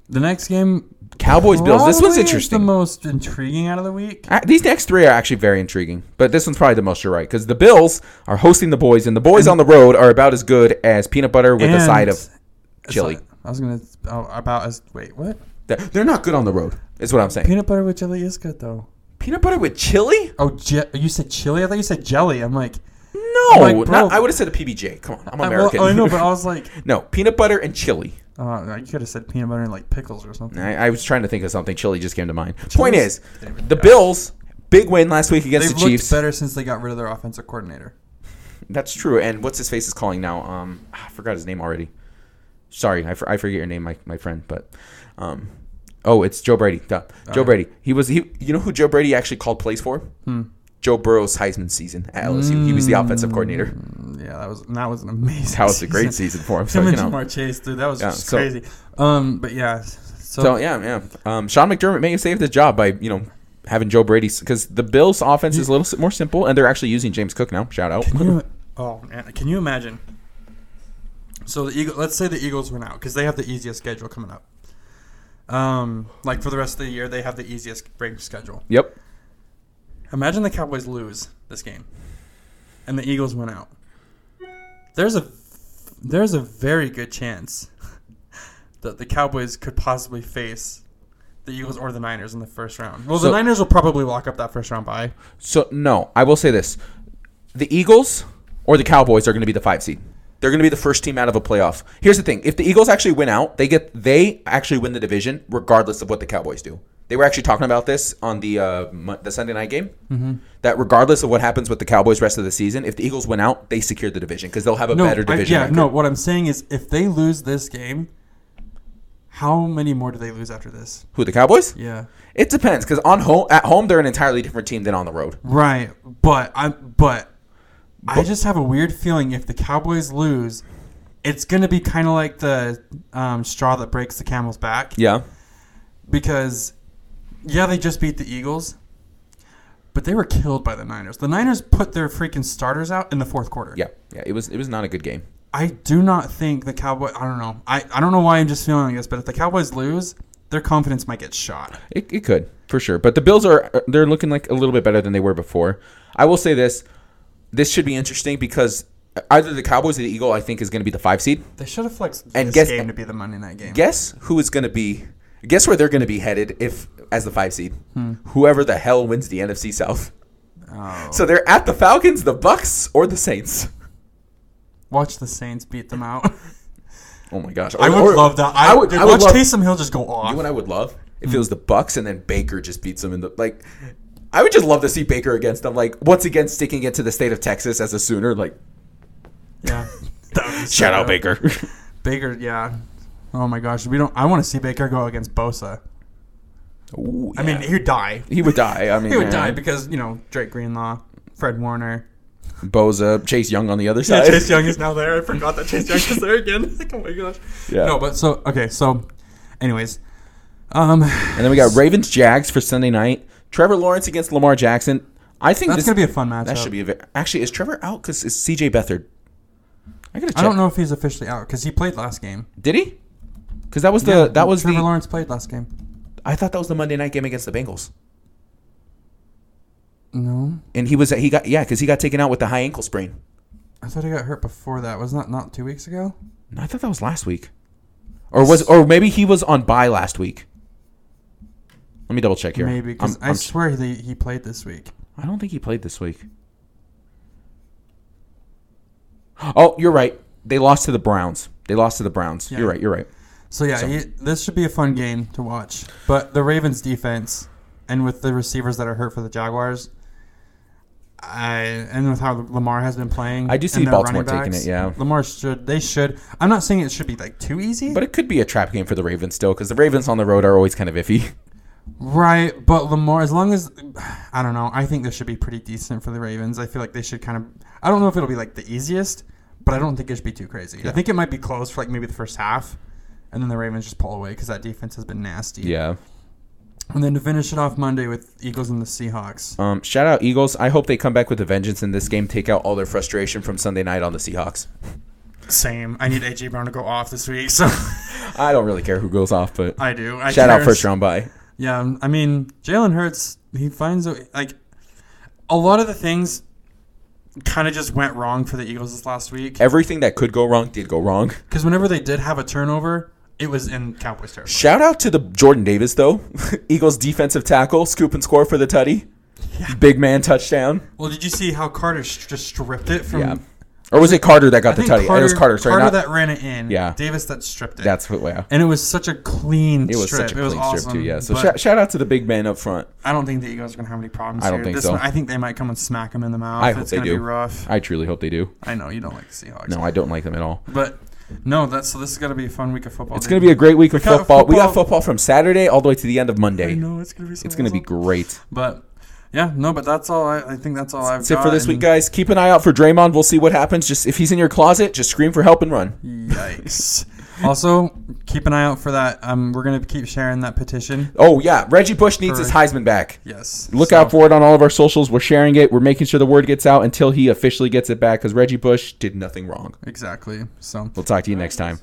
The next game,
Cowboys Bills. This one's
probably is The
interesting.
most intriguing out of the week.
Uh, These next three are actually very intriguing, but this one's probably the most you're right because the Bills are hosting the boys, and the boys on the road are about as good as peanut butter with a
And-
side of.
it's
chili.
like- I was gonna oh, about as wait what
They're they're not good on the road. Is what I'm saying.
peanut butter with jelly is good though.
Peanut butter with chili?
Oh, je- you said chili? I thought you said jelly. I'm like,
No,
I'm like, bro-
not, I would have said a PBJ. Come on, I'm
I- well,
American.
I know, but I was like,
no, peanut butter and chili.
uh, you could have said peanut butter and like pickles or something.
I, I was trying to think of something. Chili just came to mind. Point
Chili's-
is, the Bills big win last week
They've
against
looked
the Chiefs.
better since they got rid of their offensive coordinator.
That's true. And what's his face is calling now? Um, I forgot his name already. Sorry, I, for, I forget your name, my, my friend. But um,
Hmm.
oh, it's Joe Brady. Duh. Joe Brady. He was he. You know who Joe Brady actually called plays for? Joe Burrow's Heisman season at LSU. He was the offensive coordinator.
Hmm.
Mm, Yeah, that was that was an amazing.
That was a great season for him. So,
Him
you
and
know.
Jamar Chase, dude, that was
Yeah,
just
so-
crazy. Um, but yeah, so,
So yeah, yeah. Um, Sean McDermott may have saved his job by you know having Joe Brady because the Bills' offense is a little s- more simple, and they're actually using James Cook now. Shout out.
Can you, oh man, can you imagine? So the Eagle, let's say the Eagles win out because they have the easiest schedule coming up. Um, like for the rest of the year, they have the easiest break schedule.
Yep.
Imagine the Cowboys lose this game, and the Eagles win out. There's a there's a very good chance that the Cowboys could possibly face the Eagles or the Niners in the first round. Well,
So-
the Niners will probably lock up that first round bye.
So no, I will say this: the Eagles or the Cowboys are going to be the five seed. They're going to be the first team out of a playoff. Here's the thing: if the Eagles actually win out, they get they actually win the division, regardless of what the Cowboys do. They were actually talking about this on the uh, Mon- the Sunday night game.
Mm-hmm.
That regardless of what happens with the Cowboys rest of the season, if the Eagles win out, they secure the division because they'll have a better
I-
division.
yeah,
record.
no. What I'm saying is, if they lose this game, how many more do they lose after this?
Who the Cowboys?
Yeah,
It depends because on home at home they're an entirely different team than on the road.
right. But I, but I just have a weird feeling if the Cowboys lose, it's gonna be kind of like the um, straw that breaks the camel's back.
Yeah,
because yeah, they just beat the Eagles, but they were killed by the Niners. The Niners put their freaking starters out in the fourth quarter.
yeah, yeah. It was it was not a good game.
I do not think the Cowboys. I don't know. I, I don't know why I'm just feeling like this, but if the Cowboys lose, their confidence might get shot.
It, it could for sure, but the Bills are they're looking like a little bit better than they were before. I will say this: this should be interesting because either the Cowboys or the Eagle, I think, is going to be the five seed.
They should have flexed
And
this
guess-
game to be the Monday night game.
Guess who is going to be? Guess where they're going to be headed if as the five seed? Whoever the hell wins the NFC South.
oh.
So they're at the Falcons, the Bucks, or the Saints.
Watch the Saints beat them out.
Oh my gosh!
I would
Or-
love that. I, would. Dude,
I would
watch
love-
Taysom Hill just go off.
You know what I would love
Hmm.
if it was the Bucks and then Baker just beats them in the like. I would just love to see Baker against them. Like once again, sticking it to the state of Texas as a Sooner. Like
yeah. That would be so
shout out
good.
Baker.
Baker. Yeah. Oh my gosh. We don't. I want to see Baker go against Bosa.
Ooh,
I mean,
yeah.
he'd die.
he would die. I mean,
He would
yeah.
die because you know Drake Greenlaw, Fred Warner.
Boza, Chase Young on the other
Yeah,
side.
Chase Young is now there. I forgot that Chase Young is there again. Like, oh my gosh.
Yeah.
No, but so okay, so, anyways, um,
and then we got Ravens Jags for Sunday night. Trevor Lawrence against Lamar Jackson. I think
that's
this,
gonna be a fun matchup.
that should be a, ve- actually is Trevor out because is C.J. Beathard. I gotta check.
I don't know if he's officially out because he played last game.
Did he? Because that was the that was
Trevor
the
Lawrence played last game.
I thought that was the Monday night game against the Bengals.
No,
And he was he got yeah because he got taken out with the high ankle sprain.
I thought he got hurt before that. Wasn't that not two weeks ago?
No, I thought that was last week. Or was or maybe he was on bye last week. Let me double check here.
Maybe because
I'm-
I
I'm-
swear he he played this week.
I don't think he played this week. Oh, you're right. They lost to the Browns. They lost to the Browns. You're right. You're right.
So yeah, he, this should be a fun game to watch. But the Ravens defense, and with the receivers that are hurt for the Jaguars, I and with how Lamar has been playing,
I do see
and their
Baltimore
running
taking it, yeah.
Lamar should. They should. I'm not saying it should be like too easy,
But it could be a trap game for the Ravens still because the Ravens on the road are always kind of iffy.
right? But Lamar, as long as I don't know, I think this should be pretty decent for the Ravens. I feel like they should kind of. I don't know if it'll be like the easiest, but I don't think it should be too crazy. I think it might be close for like maybe the first half, and then the Ravens just pull away because that defense has been nasty.
Yeah.
And then to finish it off Monday with Eagles and the Seahawks.
Um, shout out Eagles. I hope they come back with a vengeance in this game. Take out all their frustration from Sunday night on the Seahawks.
Same. I need AJ Brown to go off this week, so
I don't really care who goes off, but
I do. I
shout out
care.
first round bye.
Yeah, um, I mean Jalen Hurts. He finds a, like a lot of the things kind of just went wrong for the Eagles this last week.
Everything that could go wrong did go wrong.
Because whenever they did have a turnover, it was in Cowboys territory.
Shout out to the Jordan Davis though, Eagles defensive tackle, scoop and score for the tutty, big man touchdown.
Well, did you see how Carter sh- just stripped it from?
Yeah, or was it Carter that got
I
the
think
tutty? it was Carter. Sorry, not,
that ran it in.
Yeah.
Davis that stripped it.
that's what. Yeah,
and it was such a clean.
it was
strip.
such a
it
clean
was awesome,
strip too. Yeah, so
but-
shout, shout out to the big man up front.
I don't think the Eagles are going to have any problems.
I don't
here.
think
this
so.
One, I think they might come and smack him in the mouth.
I hope
it's
they
gonna
do.
be rough.
I truly hope they do.
I know you don't like the Seahawks.
No, I don't like them at all.
But no, that's so this is going to be a fun week of football.
It's gonna be a great week of
We got
football. We got
football-
football from Saturday all the way to the end of Monday.
No, it's going to be so
It's gonna be great.
But Yeah, no, but that's all. I, I think that's all I've
That's it
got,
for this week,
and
guys. Keep an eye out for Draymond. We'll see what happens. Just if he's in your closet, just scream for help and run.
Yikes. also, keep an eye out for that. Um, we're gonna keep sharing that petition.
Oh yeah, Reggie Bush needs his
For-
Heisman back.
Yes.
Look
so-
out for it on all of our socials. We're sharing it. We're making sure the word gets out until he officially gets it back because Reggie Bush did nothing wrong.
Exactly. So.
We'll talk to you next time.